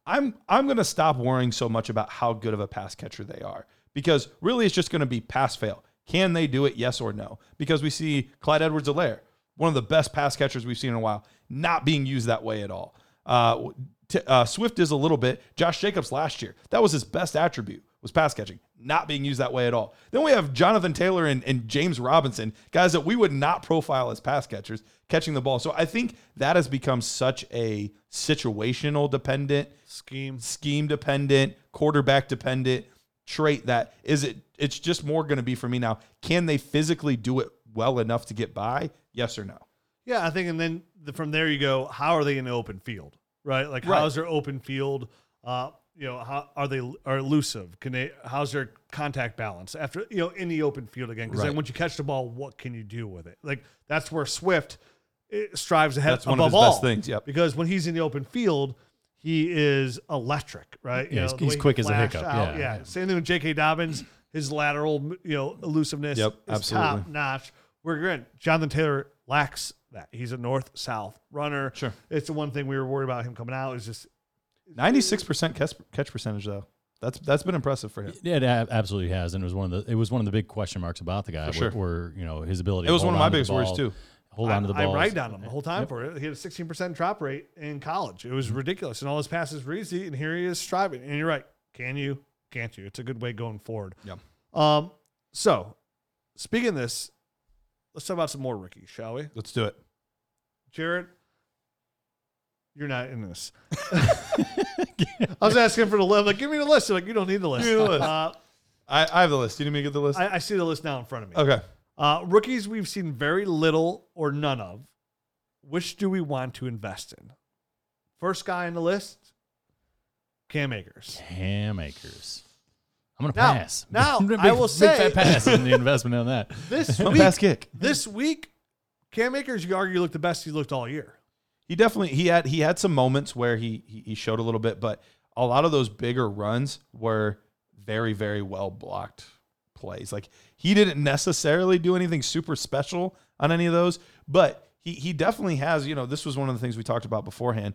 S4: I'm I'm going to stop worrying so much about how good of a pass catcher they are because really it's just going to be pass fail. Can they do it? Yes or no? Because we see Clyde edwards alaire one of the best pass catchers we've seen in a while, not being used that way at all. Uh, t- uh, Swift is a little bit. Josh Jacobs last year, that was his best attribute was pass catching, not being used that way at all. Then we have Jonathan Taylor and, and James Robinson, guys that we would not profile as pass catchers, catching the ball. So I think that has become such a situational dependent
S2: Scheme.
S4: scheme dependent, quarterback dependent trait that is it it's just more going to be for me now. Can they physically do it well enough to get by? Yes or no?
S2: Yeah, I think, and then the, from there you go. How are they in the open field, right? Like,
S4: Right.
S2: how's their open field? Uh, you know, how are they are elusive? Can they? How's their contact balance after you know in the open field again? Because then
S4: Right.
S2: once you catch the ball, what can you do with it? Like that's where Swift eh, strives ahead.
S4: That's one of
S2: above
S4: his
S2: all,
S4: best things, yep.
S2: Because when he's in the open field, he is electric, right? You
S3: Yeah, he's-
S2: the
S3: he's
S2: way he
S3: quick as a
S2: flash
S3: hiccup,
S2: out,
S3: yeah.
S2: yeah. Same thing with J.K. Dobbins. His lateral, you know, elusiveness
S4: Yep,
S2: is
S4: absolutely.
S2: top notch. We're good. Jonathan Taylor lacks that. He's a north south runner.
S4: Sure.
S2: It's the one thing we were worried about him coming out is just
S4: 96% catch, catch percentage though. That's that's been impressive for him.
S3: Yeah, It a- absolutely has, and it was one of the it was one of the big question marks about the guy.
S4: For sure.
S3: were, were, you know his ability.
S4: It
S3: to
S4: was
S3: hold
S4: one of my
S3: on to the
S4: biggest worries,
S3: ball,
S4: too.
S3: Hold
S2: I,
S3: on to the
S2: I
S3: ball.
S2: ragged on him the whole time for it. He had a 16% drop rate in college. It
S4: Mm-hmm.
S2: was ridiculous. And all his passes were easy, and here he is striving. And you're right. Can you? Can't you? It's a good way going forward.
S4: Yeah.
S2: Um, so speaking of this, let's talk about some more rookies, shall we?
S4: Let's do it.
S2: Jared, you're not in this. I was asking for the list. Like, give me the list. They're like, you don't need the list.
S4: Give me the list.
S2: Uh,
S4: I, I have the list. Do you need me to get the list?
S2: I, I see the list now in front of me.
S4: okay.
S2: Uh, rookies we've seen very little or none of. Which do we want to invest in? First guy on the list, Cam Akers.
S3: Ham acres. I'm gonna
S2: Now-
S3: pass.
S2: now,
S3: Big-
S2: I will
S3: big
S2: say-
S3: fat pass in the investment on that.
S2: This
S4: One
S2: week,
S4: pass kick.
S2: this week, Cam Akers, you could argue, looked the best he looked all year.
S4: he definitely he had he had some moments where he he, he showed a little bit, but a lot of those bigger runs were very very well blocked plays. Like he didn't necessarily do anything super special on any of those, but he he definitely has. You know, this was one of the things we talked about beforehand.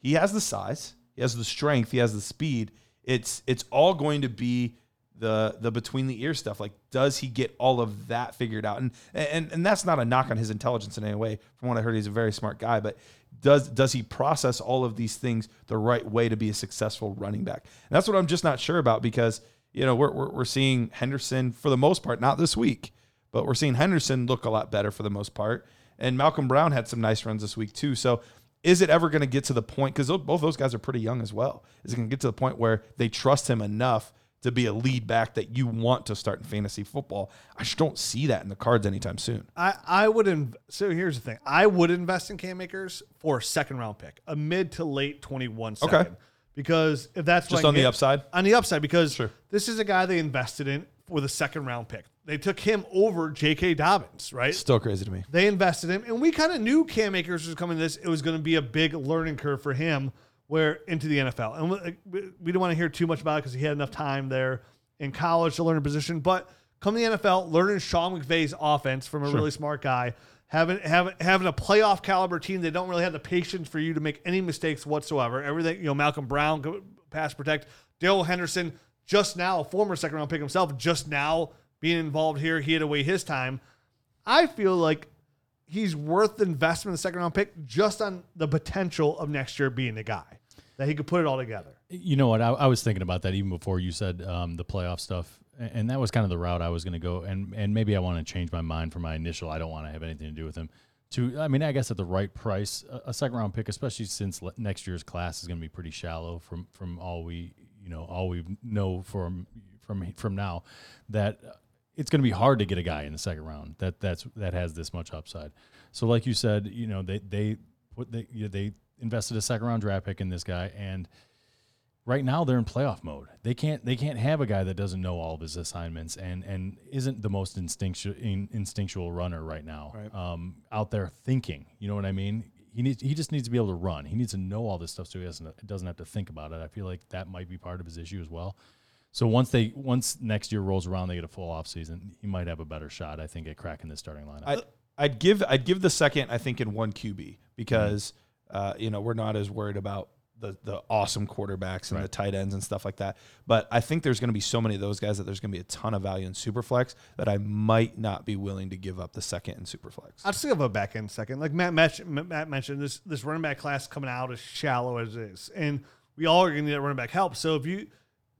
S4: He has the size, he has the strength, he has the speed. It's it's all going to be the the between the ear stuff. Like, does he get all of that figured out? And and and that's not a knock on his intelligence in any way. From what I heard, he's a very smart guy, but does does he process all of these things the right way to be a successful running back? And that's what I'm just not sure about because you know we're we're, we're seeing Henderson for the most part, not this week, but we're seeing Henderson look a lot better for the most part. And Malcolm Brown had some nice runs this week too. So is it ever going to get to the point? Because both those guys are pretty young as well. Is it going to get to the point where they trust him enough to be a lead back that you want to start in fantasy football? I just don't see that in the cards anytime soon.
S2: I, I would inv- so here's the thing. I would invest in Cam Akers for a second round pick, a mid to late 21 second. Because if that's what
S4: Just
S2: I
S4: on the
S2: get-
S4: upside?
S2: On the upside, because
S4: Sure.
S2: this is a guy they invested in for the second round pick. They took him over J.K. Dobbins, right?
S4: Still crazy to me.
S2: They invested him, and we kind of knew Cam Akers was coming. to This it was going to be a big learning curve for him, where into the NFL, and we- we, we didn't want to hear too much about it because he had enough time there in college to learn a position. But come the NFL, learning Sean McVay's offense from a really smart guy, having having having a playoff caliber team, they don't really have the patience for you to make any mistakes whatsoever. Everything you know, Malcolm Brown go- pass protect, Daryl Henderson, just now a former second round pick himself, just now being involved here, he had to wait his time. I feel like he's worth the investment in the second round pick just on the potential of next year being the guy that he could put it all together.
S3: You know what? I, I was thinking about that even before you said um, the playoff stuff, a- and that was kind of the route I was going to go. And and maybe I want to change my mind from my initial. I don't want to have anything to do with him. To I mean, I guess at the right price, a, a second round pick, especially since le- next year's class is going to be pretty shallow from from all we you know all we know from from from now that uh, it's going to be hard to get a guy in the second round that that's that has this much upside. So like you said, you know they they put they you know, they invested a second round draft pick in this guy and right now they're in playoff mode. They can't they can't have a guy that doesn't know all of his assignments and and isn't the most instinctual in, instinctual runner right now. Um, out there thinking, you know what I mean. He needs he just needs to be able to run. He needs to know all this stuff so he doesn't doesn't have to think about it. I feel like that might be part of his issue as well. So once they once next year rolls around, they get a full off season. He might have a better shot, I think, at cracking the starting lineup.
S4: I, I'd give I'd give the second I think in one QB because uh, you know we're not as worried about the the awesome quarterbacks and the tight ends and stuff like that. But I think there's going to be so many of those guys that there's going to be a ton of value in Superflex that I might not be willing to give up the second in Superflex.
S2: I'd still have a back end second. Like Matt, Match- Matt mentioned, this this running back class coming out as shallow as it is, and we all are going to need that running back help. So if you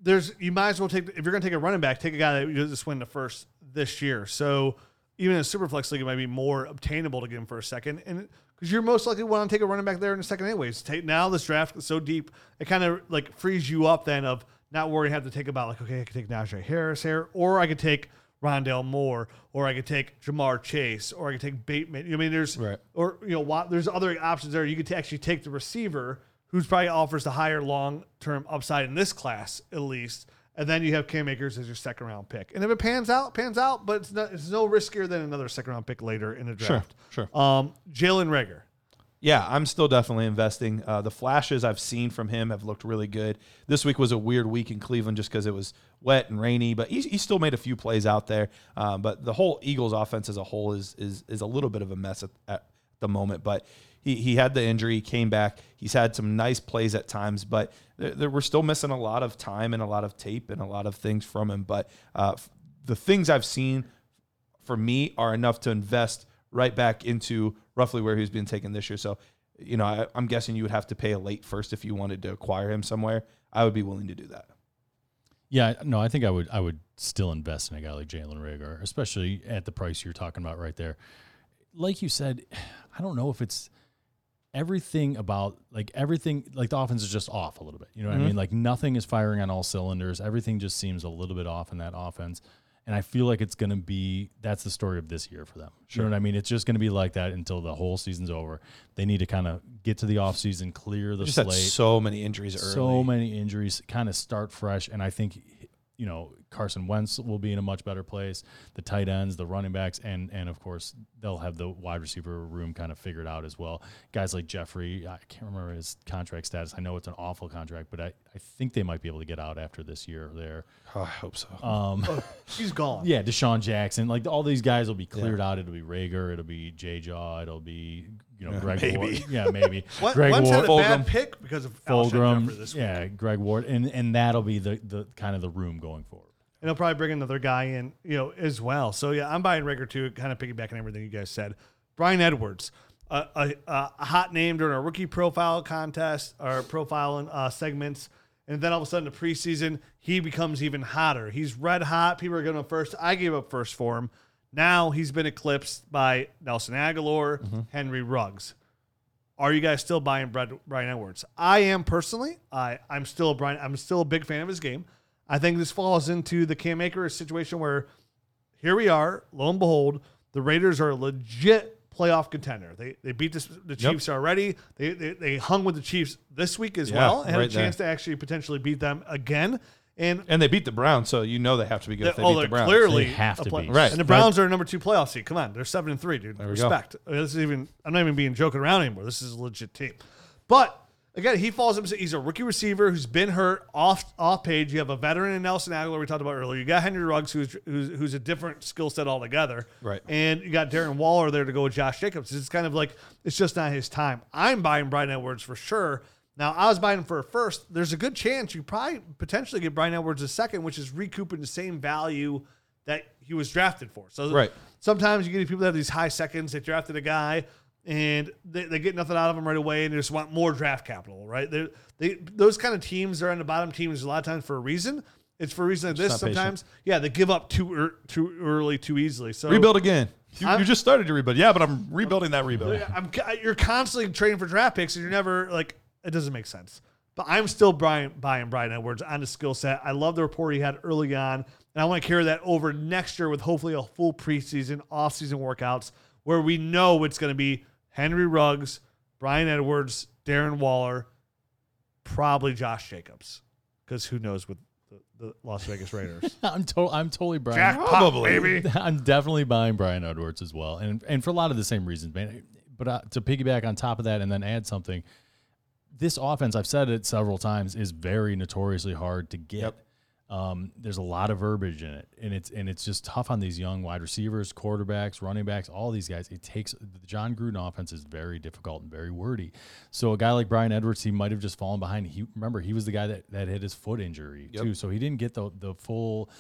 S2: there's you might as well take if you're going to take a running back, take a guy that you just win the first this year. So even in a super flex league, it might be more obtainable to get him for a second, and because you're most likely want to take a running back there in a second anyways. Take now this draft is so deep, it kind of like frees you up then of not worrying have to think about like okay, I could take Najee Harris here, or I could take Rondell Moore, or I could take Jamar Chase, or I could take Bateman. You know, I mean, there's
S4: Right.
S2: or you know, Wa- there's other options there. You could ta- actually take the receiver, who's probably offers the higher long term upside in this class at least, and then you have Cam Akers as your second round pick. And if it pans out, pans out, but it's not, it's no riskier than another second round pick later in the draft.
S4: sure.
S2: Um, Jalen Rager.
S4: Yeah, I'm still definitely investing. Uh, the flashes I've seen from him have looked really good. This week was a weird week in Cleveland just because it was wet and rainy, but he, he still made a few plays out there. Um, but the whole Eagles offense as a whole is is is a little bit of a mess at, at the moment. But he, he had the injury, he came back. He's had some nice plays at times, but there, there, we're still missing a lot of time and a lot of tape and a lot of things from him. But uh, f- the things I've seen for me are enough to invest right back into roughly where he's been taken this year. So, you know, I, I'm guessing you would have to pay a late first if you wanted to acquire him somewhere. I would be willing to do that.
S3: Yeah, no, I think I would I would still invest in a guy like Jalen Rager, especially at the price you're talking about right there. Like you said, I don't know if it's everything about like everything like the offense is just off a little bit. You know what I mean? Like nothing is firing on all cylinders. Everything just seems a little bit off in that offense. And I feel like it's gonna be that's the story of this year for them. You know what I mean? It's just gonna be like that until the whole season's over. They need to kind of get to the offseason, clear the
S4: Just
S3: slate
S4: had so many injuries early.
S3: so many injuries, kind of start fresh. And I think, you know, Carson Wentz will be in a much better place. The tight ends, the running backs, and and of course they'll have the wide receiver room kind of figured out as well. Guys like Jeffrey, I can't remember his contract status. I know it's an awful contract, but I, I think they might be able to get out after this year or there.
S4: Oh, I hope so.
S2: He's gone.
S3: Yeah, Deshaun Jackson. Like all these guys will be cleared out. It'll be Rager. It'll be J. Jaw. It'll be you know Greg Ward. Yeah, maybe
S2: What,
S3: Greg
S2: once had
S3: Ward.
S2: a bad pick because of Alshon Jeffrey
S3: Fulgham,
S2: this week.
S3: yeah, Greg Ward, and and that'll be the the kind of the room going forward.
S2: And he'll probably bring another guy in, you know, as well. So yeah, I'm buying Rager too, kind of piggybacking everything you guys said. Brian Edwards, a, a, a hot name during our rookie profile contest, our profiling uh, segments, and then all of a sudden the preseason, he becomes even hotter. He's red hot. People are going to first. I gave up first for him. Now he's been eclipsed by Nelson Aguilar, Henry Ruggs are you guys still buying Brad, Brian Edwards? I am personally. I I'm still a Brian. I'm still a big fan of his game. I think this falls into the Cam Akers situation where here we are. Lo and behold, the Raiders are a legit playoff contender. They they beat this, the Chiefs already. They, they they hung with the Chiefs this week as
S4: Yeah,
S2: well and had
S4: right
S2: a
S4: there.
S2: chance to actually potentially beat them again. And
S4: and they beat the Browns, so you know they have to be good. if they
S2: oh,
S4: beat
S2: they're
S4: the Browns.
S2: clearly
S3: They have
S2: a
S3: to
S2: play-
S3: be.
S4: Right.
S2: And the Browns are a number two playoff seed. Come on, they're seven and three, dude.
S4: we go.
S2: Respect. I mean, This is even. I'm not even being joking around anymore. This is a legit team. But again, he falls up. He's a rookie receiver who's been hurt off off page. You have a veteran in Nelson Aguilar we talked about earlier. You got Henry Ruggs, who's who's, who's a different skill set altogether.
S4: Right.
S2: And you got Darren Waller there to go with Josh Jacobs. It's kind of like it's just not his time. I'm buying Brian Edwards for sure. Now I was buying him for a first. There's a good chance you probably potentially get Brian Edwards a second, which is recouping the same value that he was drafted for. So
S4: Right.
S2: sometimes you get people that have these high seconds. They drafted a guy and they, they get nothing out of him right away, and they just want more draft capital, right? They they those kind of teams are on the bottom teams a lot of times for a reason. It's for a reason like this.
S4: not patient.
S2: Sometimes, yeah, they give up too ear, too early, too easily. So
S4: Rebuild again. You,
S2: I'm-
S4: you just started to rebuild. Yeah, but I'm rebuilding that rebuild.
S2: I'm, uh, you're constantly trading for draft picks, and you're never like it doesn't make sense. But I'm still Brian buying Brian Edwards on the skill set. I love the report he had early on, and I want to carry that over next year with hopefully a full preseason, offseason workouts where we know it's going to be Henry Ruggs, Brian Edwards, Darren Waller, probably Josh Jacobs, because who knows with the, the Las Vegas Raiders.
S3: I'm to- I'm totally Brian.
S2: Probably,
S3: I'm definitely buying Brian Edwards as well, and and for a lot of the same reasons, man. But uh, to piggyback on top of that, and then add something, this offense, I've said it several times, is very notoriously hard to get. Um, there's a lot of verbiage in it, and it's and it's just tough on these young wide receivers, quarterbacks, running backs, all these guys. It takes the John Gruden offense is very difficult and very wordy. So a guy like Brian Edwards, he might have just fallen behind. He remember he was the guy that, that hit his foot injury too, so he didn't get the the full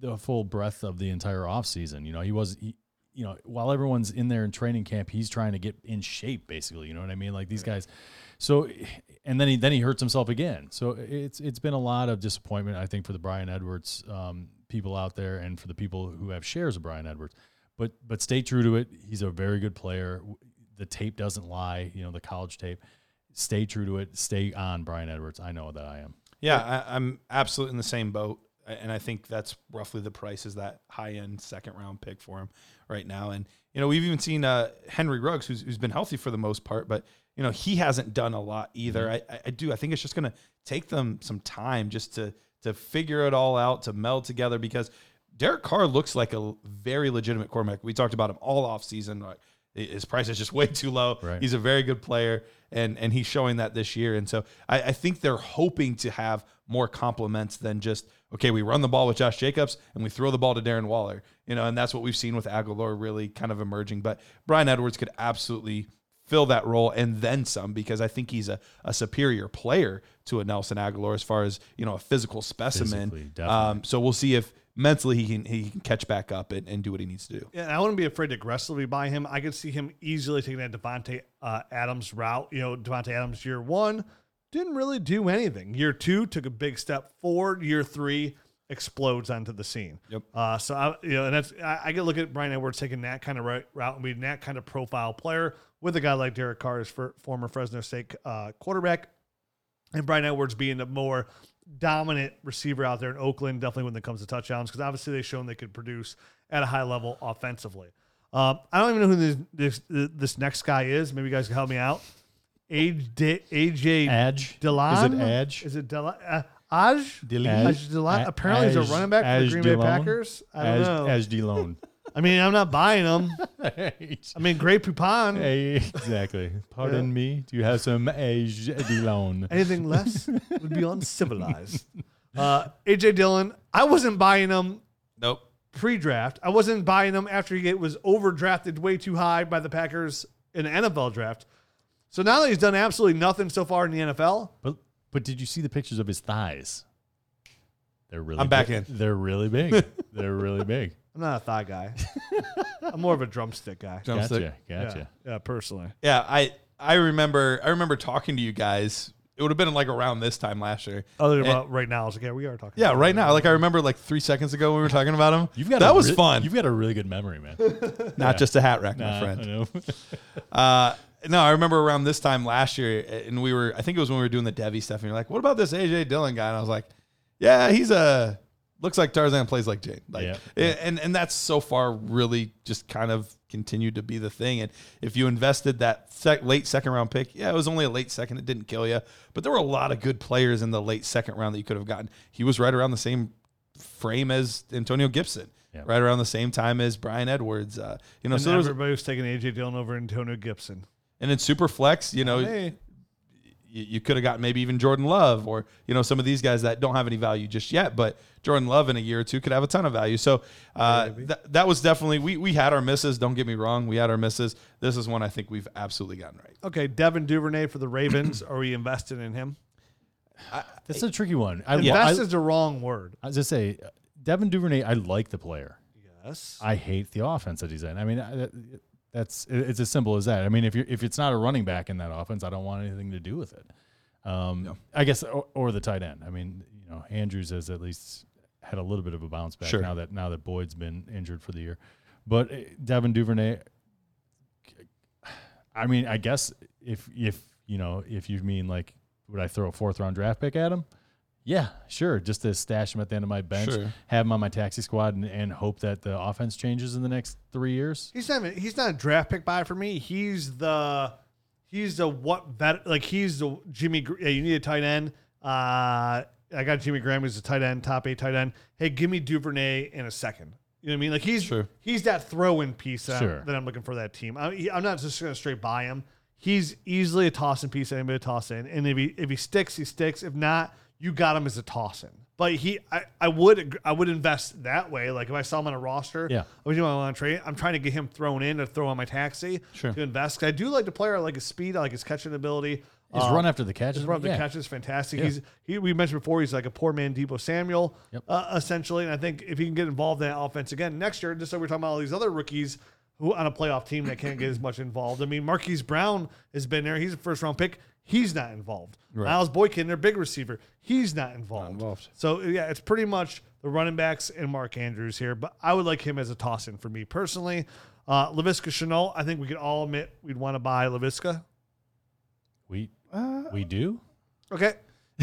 S3: the full breadth of the entire offseason. You know, he was, he, you know, while everyone's in there in training camp, he's trying to get in shape, basically. You know what I mean? Like these guys. So, and then he then he hurts himself again. So it's it's been a lot of disappointment, I think, for the Brian Edwards um, people out there and for the people who have shares of Brian Edwards. But but stay true to it. He's a very good player. The tape doesn't lie. You know, the college tape. Stay true to it. Stay on Brian Edwards. I know that I am.
S4: Yeah, I, I'm absolutely in the same boat, and I think that's roughly the price is that high end second round pick for him right now. And you know, we've even seen uh, Henry Ruggs, who's, who's been healthy for the most part, but you know, he hasn't done a lot either. I I, I do. I think it's just going to take them some time just to to figure it all out to meld together because Derek Carr looks like a very legitimate quarterback. We talked about him all off season. Like his price is just way too low.
S3: Right.
S4: He's a very good player, and and he's showing that this year. And so I, I think they're hoping to have more compliments than just okay, we run the ball with Josh Jacobs and we throw the ball to Darren Waller. You know, and that's what we've seen with Aguilar really kind of emerging. But Brian Edwards could absolutely fill that role and then some because I think he's a, a superior player to a Nelson Aguilar as far as you know a physical
S3: Physically,
S4: specimen.
S3: definitely.
S4: Um, so we'll see if mentally he can he can catch back up and, and do what he needs to do.
S2: Yeah, and I wouldn't be afraid to aggressively buy him. I could see him easily taking that Devonte uh, Adams route. You know, Devonte Adams year one didn't really do anything. Year two took a big step forward. Year three explodes onto the scene.
S4: Yep.
S2: Uh, so I, you know, and that's I, I could look at Brian Edwards taking that kind of ri- route and being that kind of profile player with a guy like Derek Carr, his for, former Fresno State uh, quarterback, and Brian Edwards being the more dominant receiver out there in Oakland, definitely when it comes to touchdowns, because obviously they've shown they could produce at a high level offensively. Um, I don't even know who this, this this next guy is. Maybe you guys can help me out. AJ AJ
S3: Edge.
S2: Delon
S3: Is it Edge?
S2: Is it Delon? Uh, Aj
S3: Delon.
S2: Aj Delon.
S3: A-
S2: Apparently, he's
S3: Aj-
S2: a running back for the
S3: Aj
S2: Green Bay
S3: Delon?
S2: Packers. I don't
S3: Edge,
S2: know.
S3: Edge Delone.
S2: I mean, I'm not buying him. I mean, Great Poupon.
S3: Hey, exactly. Pardon me. Do you have some age loan?
S2: Anything less would be uncivilized. Uh, AJ Dillon. I wasn't buying him
S4: Nope.
S2: pre-draft. I wasn't buying him after he was overdrafted way too high by the Packers in the NFL draft. So now that he's done absolutely nothing so far in the NFL,
S3: But but did you see the pictures of his thighs? They're really.
S4: I'm back
S3: big.
S4: in.
S3: They're really big. They're really big.
S2: I'm not a thigh guy. I'm more of a drumstick guy.
S3: Gotcha. Gotcha.
S2: Yeah, yeah, personally.
S4: Yeah, I I remember I remember talking to you guys. It would have been like around this time last year.
S2: Other than about right now, I was like, yeah, we are talking.
S4: Yeah,
S2: about
S4: right now. Like I remember like three seconds ago we were talking about him.
S3: You've got
S4: that
S3: a
S4: was
S3: re-
S4: fun.
S3: You've got a really good memory, man.
S4: Not just a hat rack,
S3: Nah,
S4: my
S3: I
S4: friend.
S3: know.
S4: Uh, no, I remember around this time last year, eh, and we were I think it was when we were doing the Devi stuff, and you're like, What about this AJ Dillon guy? And I was like, Yeah, he's a looks like Tarzan plays like Jane. Like
S3: Yeah.
S4: and, and and that's so far really just kind of continued to be the thing. And if you invested that sec- late second round pick, yeah, it was only a late second. It didn't kill you, but there were a lot of good players in the late second round that you could have gotten. He was right around the same frame as Antonio Gibson,
S3: Yeah.
S4: right around the same time as Brian Edwards. Uh, you know,
S2: And
S4: so there was,
S2: everybody was taking AJ Dillon over Antonio Gibson.
S4: and in super flex, you know,
S2: Hey,
S4: you, you could have gotten maybe even Jordan Love or you know some of these guys that don't have any value just yet, but Jordan Love in a year or two could have a ton of value. So uh, th- that was definitely we we had our misses. Don't get me wrong, we had our misses. This is one I think we've absolutely gotten right.
S2: okay, Devin Duvernay for the Ravens. Are we invested in him?
S3: That's a tricky one. I,
S2: Invest
S3: I,
S2: is the wrong word.
S3: I was gonna say, Devin Duvernay. I like the player.
S2: Yes.
S3: I hate the offense that he's in. I mean, I, that- that's it- it's as simple as that. I mean, if you are if it's not a running back in that offense, I don't want anything to do with it. Um, I guess or, or the tight end. I mean, you know, Andrews has at least had a little bit of a bounce back
S4: Sure.
S3: now that now that Boyd's been injured for the year, but eh, Devin Duvernay. I mean, I guess if if you know if you mean like would I throw a fourth round draft pick at him? Yeah, sure. Just to stash him at the end of my bench,
S4: Sure.
S3: have him on my taxi squad, and, and hope that the offense changes in the next three years.
S2: He's not. even- He's not a draft pick buy for me. He's the. He's the what vet? Like he's the Jimmy. Gr- Yeah, you need a tight end. Uh, I got Jimmy Graham as a tight end, top eight tight end. Hey, give me Duvernay in a second. You know what I mean? Like he's
S4: Sure.
S2: he's that throw-in piece that,
S3: Sure.
S2: that I'm looking for that team. I, he- I'm not just gonna straight buy him. He's easily a toss-in piece. that Anybody toss in, and if he if he sticks, he sticks. If not, you got him as a toss-in. But he, I, I would ag- I would invest that way. Like if I saw him on a roster,
S3: Yeah.
S2: I was doing my lawn trade. I'm trying to get him thrown in to throw on my taxi
S4: Sure.
S2: to invest. 'Cause I do like the player. I like his speed. I like his catching ability.
S3: His
S2: Uh,
S3: run after the catch,
S2: his run after
S3: yeah.
S2: the catch is fantastic. He's he, we mentioned before he's like a poor man Debo Samuel, uh, essentially. And I think if he can get involved in that offense again next year, just like we're talking about all these other rookies who on a playoff team that can't get as much involved. I mean, Marquise Brown has been there. He's a first round pick. He's not involved. Miles Boykin, their big receiver, he's not involved.
S4: involved.
S2: So yeah, it's pretty much the running backs and Mark Andrews here, but I would like him as a toss in for me personally. Uh, Lavisca Chenault, I think we could all admit we'd want to buy Lavisca.
S3: We
S2: Uh,
S3: we do.
S2: Okay,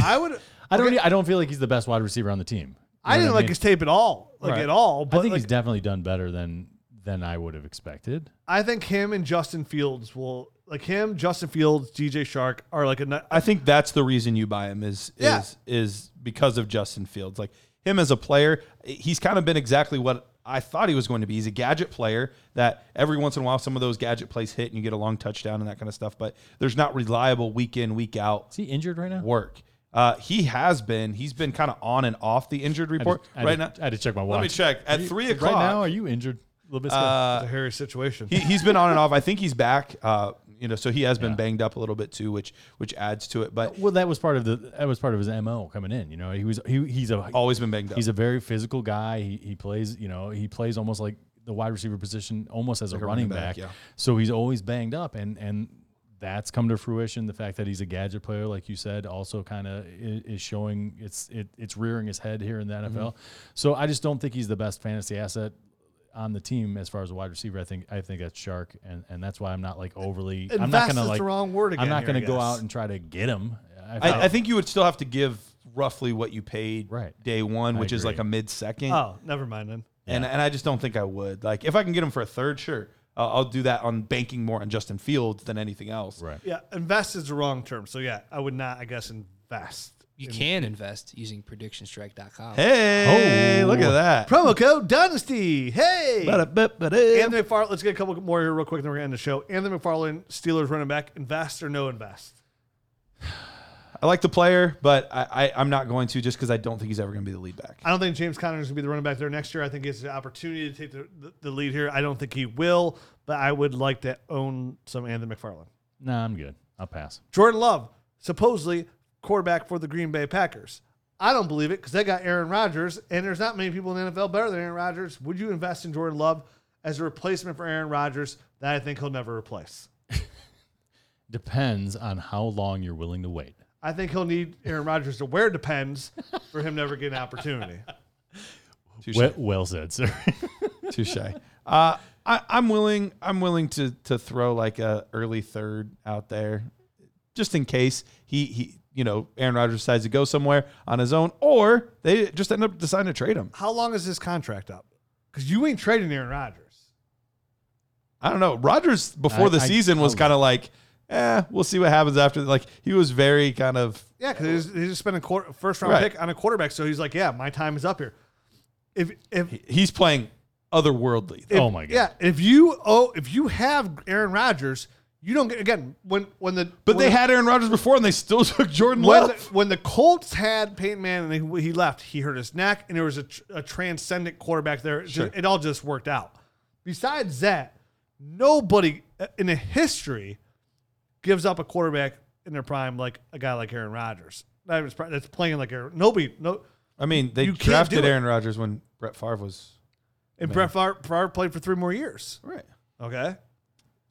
S2: I would.
S3: I don't. really- I don't feel like he's the best wide receiver on the team. You
S2: I
S3: know
S2: didn't
S3: what
S2: like
S3: mean?
S2: his tape at all, like
S4: Right.
S2: at all. But
S3: I think
S2: like,
S3: he's definitely done better than than I would have expected.
S2: I think him and Justin Fields will like him. Justin Fields, DJ Shark are like a. ni-
S4: I think that's the reason you buy him is is
S2: Yeah.
S4: is because of Justin Fields. Like him as a player, he's kind of been exactly what I thought he was going to be. He's a gadget player that every once in a while some of those gadget plays hit and you get a long touchdown and that kind of stuff, but there's not reliable week in, week out
S3: Is he injured right now?
S4: work. Uh, he has been. He's been kind of on and off the injured
S3: I had
S4: report
S3: to- I had
S4: right
S3: to-
S4: now.
S3: I had to check my watch.
S4: Let me check. At
S3: Are you-
S4: three
S3: Right
S4: o'clock.
S3: now, are you injured, Uh, Labisco?
S2: it's a hairy situation.
S4: he, he's been on and off. I think he's back. Uh, you know, so he has been banged up a little bit too, which which adds to it. But
S3: well, that was part of the that was part of his mo coming in. You know, he was he, he's a
S4: always been banged up.
S3: he's a very physical guy. He, he plays, you know, he plays almost like the wide receiver position, almost as a running,
S4: running back,
S3: back.
S4: yeah.
S3: So he's always banged up, and and that's come to fruition. The fact that he's a gadget player, like you said, also kind of is, is showing it's it, it's rearing his head here in the
S2: Mm-hmm.
S3: NFL. So I just don't think he's the best fantasy asset on the team as far as a wide receiver. I think I think that's Shark, and and that's why I'm not like overly. I'm
S2: Invest
S3: not gonna
S2: is the
S3: like
S2: wrong word again
S3: I'm not
S2: here,
S3: gonna
S2: I
S3: go
S2: guess.
S3: out and try to get him.
S4: I, I think you would still have to give roughly what you paid
S3: Oh. Right.
S4: day one,
S3: I
S4: which is
S3: agree.
S4: like a mid second.
S2: oh, never mind then.
S4: And and I just don't think I would. Like if I can get him for a third, sure, uh, I'll do that on banking more on Justin Fields than anything else.
S3: right.
S2: Yeah, invest is the wrong term. So yeah, I would not. I guess invest.
S6: You can invest using predictionstrike.com.
S4: Hey,
S3: Oh.
S4: look at that.
S2: Promo code Dynasty. Hey.
S4: Ba-da-ba-ba-da.
S2: Anthony McFarland, let's get a couple more here real quick, then we're gonna end the show. Anthony McFarland, Steelers running back, invest or no invest?
S4: I like the player, but I, I I'm not going to just because I don't think he's ever going to be the lead back.
S2: I don't think James Conner is going to be the running back there next year. I think it's an opportunity to take the, the, the lead here. I don't think he will, but I would like to own some Anthony McFarland.
S3: Nah, I'm good. I'll pass.
S2: Jordan Love, supposedly quarterback for the Green Bay Packers. I don't believe it because they got Aaron Rodgers, and there's not many people in the NFL better than Aaron Rodgers. Would you invest in Jordan Love as a replacement for Aaron Rodgers that I think he'll never replace?
S3: Depends on how long you're willing to wait.
S2: I think he'll need Aaron Rodgers to wear depends for him never get an opportunity.
S4: Touche.
S3: Well, well said, sir.
S4: Touche. Uh, I, I'm willing. I'm willing to to throw like a early third out there, just in case he he you know Aaron Rodgers decides to go somewhere on his own, or they just end up deciding to trade him.
S2: How long is this contract up? Because you ain't trading Aaron Rodgers.
S4: I don't know. Rodgers before
S3: I-
S4: the
S3: I-
S4: season was
S3: I-
S4: kind of like, eh, we'll see what happens after. Like he was very kind of
S2: Yeah, because he just spent a quarter, first round
S4: Right.
S2: pick on a quarterback, so he's like, yeah, my time is up here. If if
S4: he's playing otherworldly.
S2: If-
S3: Oh my God.
S2: Yeah, if you oh if you have Aaron Rodgers, you don't get again when when the
S4: But
S2: when,
S4: they had Aaron Rodgers before, and they still took Jordan
S2: when the,
S4: Love.
S2: when the Colts had Peyton Manning and he, he left, he hurt his neck, and there was a, tr- a transcendent quarterback there. It ju- It all just worked out. Besides that, nobody uh, in the history gives up a quarterback in their prime like a guy like Aaron Rodgers. Not even his prime- that's playing like Aaron. Nobody no.
S4: I mean, they
S2: You can't do
S4: drafted
S2: it.
S4: Aaron Rodgers when Brett Favre was
S2: And Brett Favre, Favre played for three more years.
S4: Right.
S2: Okay.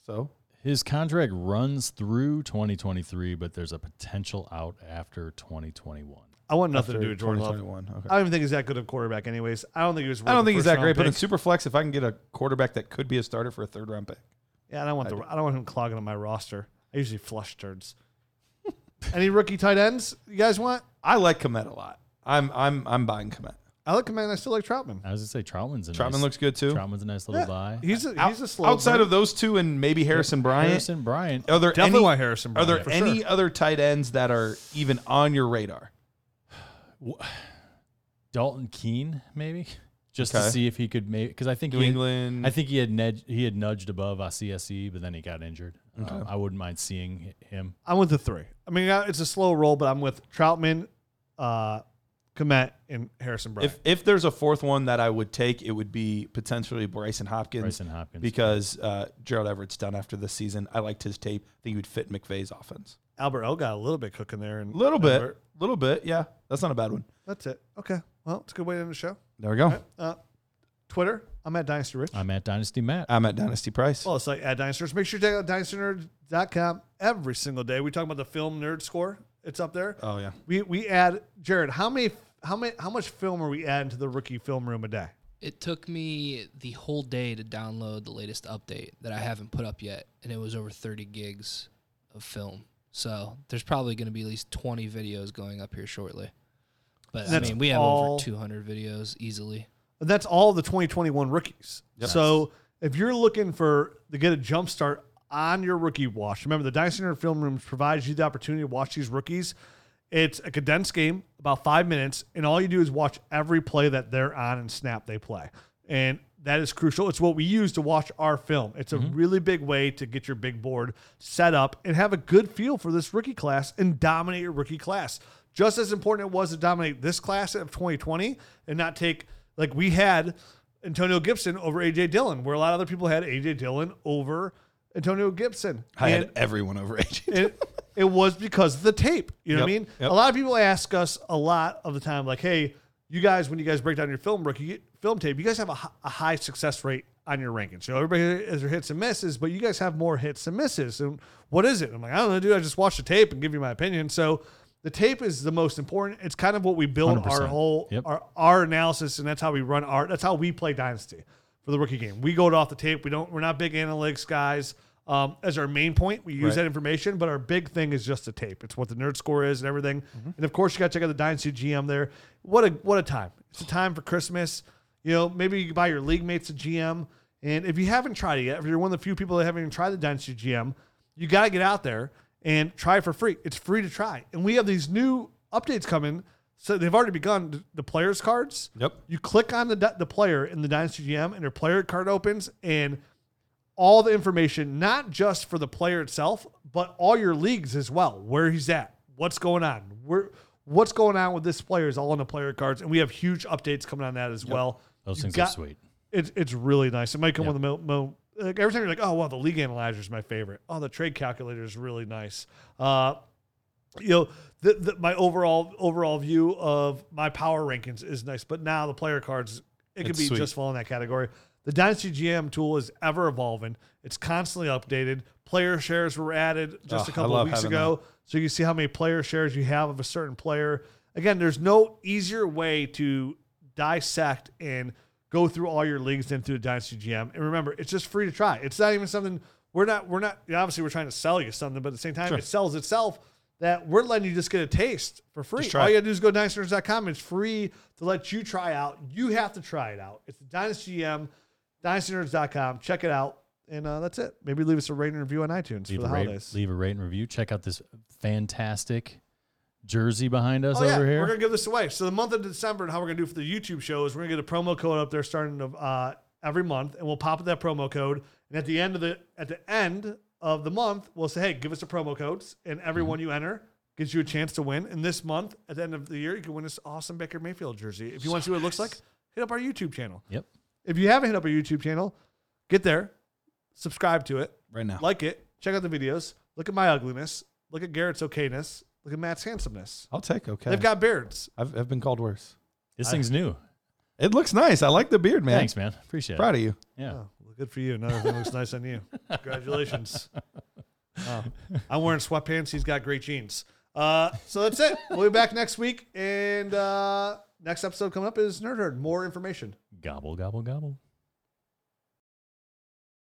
S4: So
S3: His contract runs through 2023, but there's a potential out after 2021.
S2: I want nothing to
S4: after
S2: do with Jordan Love.
S4: 2021. Okay.
S2: I don't even think he's that good of a quarterback, anyways. I don't think he was.
S4: I don't
S2: worth
S4: think
S2: the
S4: he's
S2: first
S4: that great,
S2: round
S4: but in
S2: pick.
S4: Superflex, if I can get a quarterback that could be a starter for a third round pick,
S2: yeah, I don't want the. I don't want him clogging up my roster. I usually flush turds. Any rookie tight ends you guys want?
S4: I like Komet a lot. I'm I'm I'm buying Komet.
S2: I like him, and I still like Troutman.
S3: I was gonna say Troutman's a
S4: Troutman
S3: nice,
S4: looks good too.
S3: Troutman's a nice little buy.
S2: He's a,
S4: Out-
S2: he's a slow
S4: outside
S2: burn.
S4: of those two and maybe Harrison Bryant.
S3: Harrison Bryant.
S4: Are there
S2: Definitely
S4: any,
S2: want Harrison
S4: Are there
S2: Bryant, for
S4: any
S2: sure.
S4: other tight ends that are even on your radar?
S3: Dalton Keene, maybe, just
S4: Okay.
S3: to see if he could make. Because I think
S4: New
S3: he,
S4: England.
S3: I think he had nudged, he had nudged above ICSE, E, but then he got injured. Um, I wouldn't mind seeing hi- him.
S2: I'm with the three. I mean, uh, it's a slow roll, but I'm with Troutman, uh, Komet, and Harrison Bryant.
S4: If if there's a fourth one that I would take, it would be potentially Bryson Hopkins.
S3: Bryson Hopkins.
S4: because uh, Gerald Everett's done after this season. I liked his tape. I think he would fit McVay's offense.
S2: Albert O got a little bit cooking there, and
S4: A little bit,
S2: Albert-
S4: little bit. Yeah, that's not a bad one.
S2: That's it. Okay. Well, it's a good way to end the show.
S4: There we go.
S2: Uh, Twitter. I'm at Dynasty Rich.
S3: I'm at Dynasty Matt.
S4: I'm at Dynasty Price.
S2: Well, it's like at Dynasty Nerds. Make sure you check out DynastyNerds.com every single day. We talk about the film nerd score. It's up there.
S4: oh yeah,
S2: We we add Jared. How many how many how much film are we adding to the rookie film room a day?
S6: It took me the whole day to download the latest update that I haven't put up yet, and it was over 30 gigs of film. So there's probably going to be at least 20 videos going up here shortly. But I
S2: That's
S6: mean, we have
S2: all-
S6: over 200 videos easily.
S2: And that's all the 2021 rookies. So if you're looking for to get a jump start on your rookie watch, remember the Dynasty Nerd Film Room provides you the opportunity to watch these rookies. It's a condensed game, about five minutes, and all you do is watch every play that they're on and snap they play. And that is crucial. It's what we use to watch our film. It's a really big way to get your big board set up and have a good feel for this rookie class and dominate your rookie class. Just as important it was to dominate this class of 2020 and not take like we had Antonio Gibson over AJ Dillon, where a lot of other people had AJ Dillon over Antonio Gibson.
S4: I
S2: and
S4: had everyone over AJ.
S2: it, it was because of the tape. You know what I
S4: Yep,
S2: mean?
S4: yep.
S2: A lot of people ask us a lot of the time, like, "Hey, you guys, when you guys break down your film rookie film tape, you guys have a, hi- a high success rate on your rankings. You know, everybody has their hits and misses, but you guys have more hits than misses. And what is it? I'm like, I don't know, dude. I just watched the tape and give you my opinion. So." The tape is the most important. It's kind of what we build our
S3: 100%.
S2: whole
S3: Yep.
S2: our, our analysis, and that's how we run our. That's how we play Dynasty for the rookie game. We go it off the tape. We don't. We're not big analytics guys. Um, as our main point, we use
S4: Right.
S2: that information, but our big thing is just the tape. It's what the nerd score is and everything. And of course, you got to check out the Dynasty GM there. What a what a time! It's a time for Christmas. You know, maybe you can buy your league mates a GM. And if you haven't tried it yet, if you're one of the few people that haven't even tried the Dynasty GM, you got to get out there and try it for free. It's free to try. And we have these new updates coming. So they've already begun th- the players cards.
S4: Yep.
S2: You click on the di- the player in the Dynasty GM, and their player card opens, and all the information, not just for the player itself, but all your leagues as well, where he's at, what's going on, where what's going on with this player is all on the player cards, and we have huge updates coming on that as well.
S3: Those
S2: You
S3: things
S2: got-
S3: are sweet.
S2: It's it's really nice. It might come with a mo, mo like every time you're like, oh wow, the league analyzer is my favorite. Oh, the trade calculator is really nice. Uh, you know, the, the, my overall overall view of my power rankings is nice, but now the player cards it could
S4: It's
S2: be
S4: sweet.
S2: just fall in that category. The Dynasty GM tool is ever evolving. It's constantly updated. Player shares were added just
S4: Oh,
S2: a
S4: I
S2: couple
S4: love
S2: of weeks
S4: having
S2: ago, so you can see how many player shares you have of a certain player. Again, there's no easier way to dissect and go through all your leagues than through the Dynasty GM. And remember, it's just free to try. It's not even something we're not we're not obviously we're trying to sell you something, but at the same time, it sells itself that we're letting you just get a taste for free.
S4: Just try
S2: All
S4: it.
S2: you gotta do is go to dynastynerd.com. It's free to let you try out. You have to try it out. It's the Dynasty GM, dynastynerds.com. Check it out. And uh, that's it. Maybe leave us a rating and review on iTunes
S3: Leave
S2: for the
S3: a, rate,
S2: holidays.
S3: leave a rate and review. Check out this fantastic jersey behind us
S2: Oh, yeah.
S3: over
S2: We're
S3: here.
S2: going to give this away. So, the month of December and how we're going to do for the YouTube show is we're going to get a promo code up there starting of, uh, every month, and we'll pop up that promo code. And at the end of the at the end of the month, we'll say, hey, give us the promo codes, and
S3: Mm-hmm.
S2: everyone you enter gives you a chance to win. And this month, at the end of the year, you can win this awesome Baker Mayfield jersey. If you want to see what it looks like, hit up our YouTube channel.
S3: Yep.
S2: If you haven't hit up our YouTube channel, get there, subscribe to it,
S4: Right now.
S2: like it, check out the videos, look at my ugliness, look at Garrett's okayness, look at Matt's handsomeness.
S4: I'll take okay.
S2: They've got beards.
S4: I've, I've been called worse.
S3: This thing's new.
S4: It looks nice. I like the beard, man.
S3: Thanks, man. Appreciate
S4: Proud
S3: it.
S4: of you.
S3: Yeah.
S2: Oh, well, good for you. Now everything looks nice on you. Congratulations. Oh, I'm wearing sweatpants. He's got great jeans. Uh, so that's it. We'll be back next week. And uh, next episode coming up is Nerd Herd. More information.
S3: Gobble, gobble, gobble.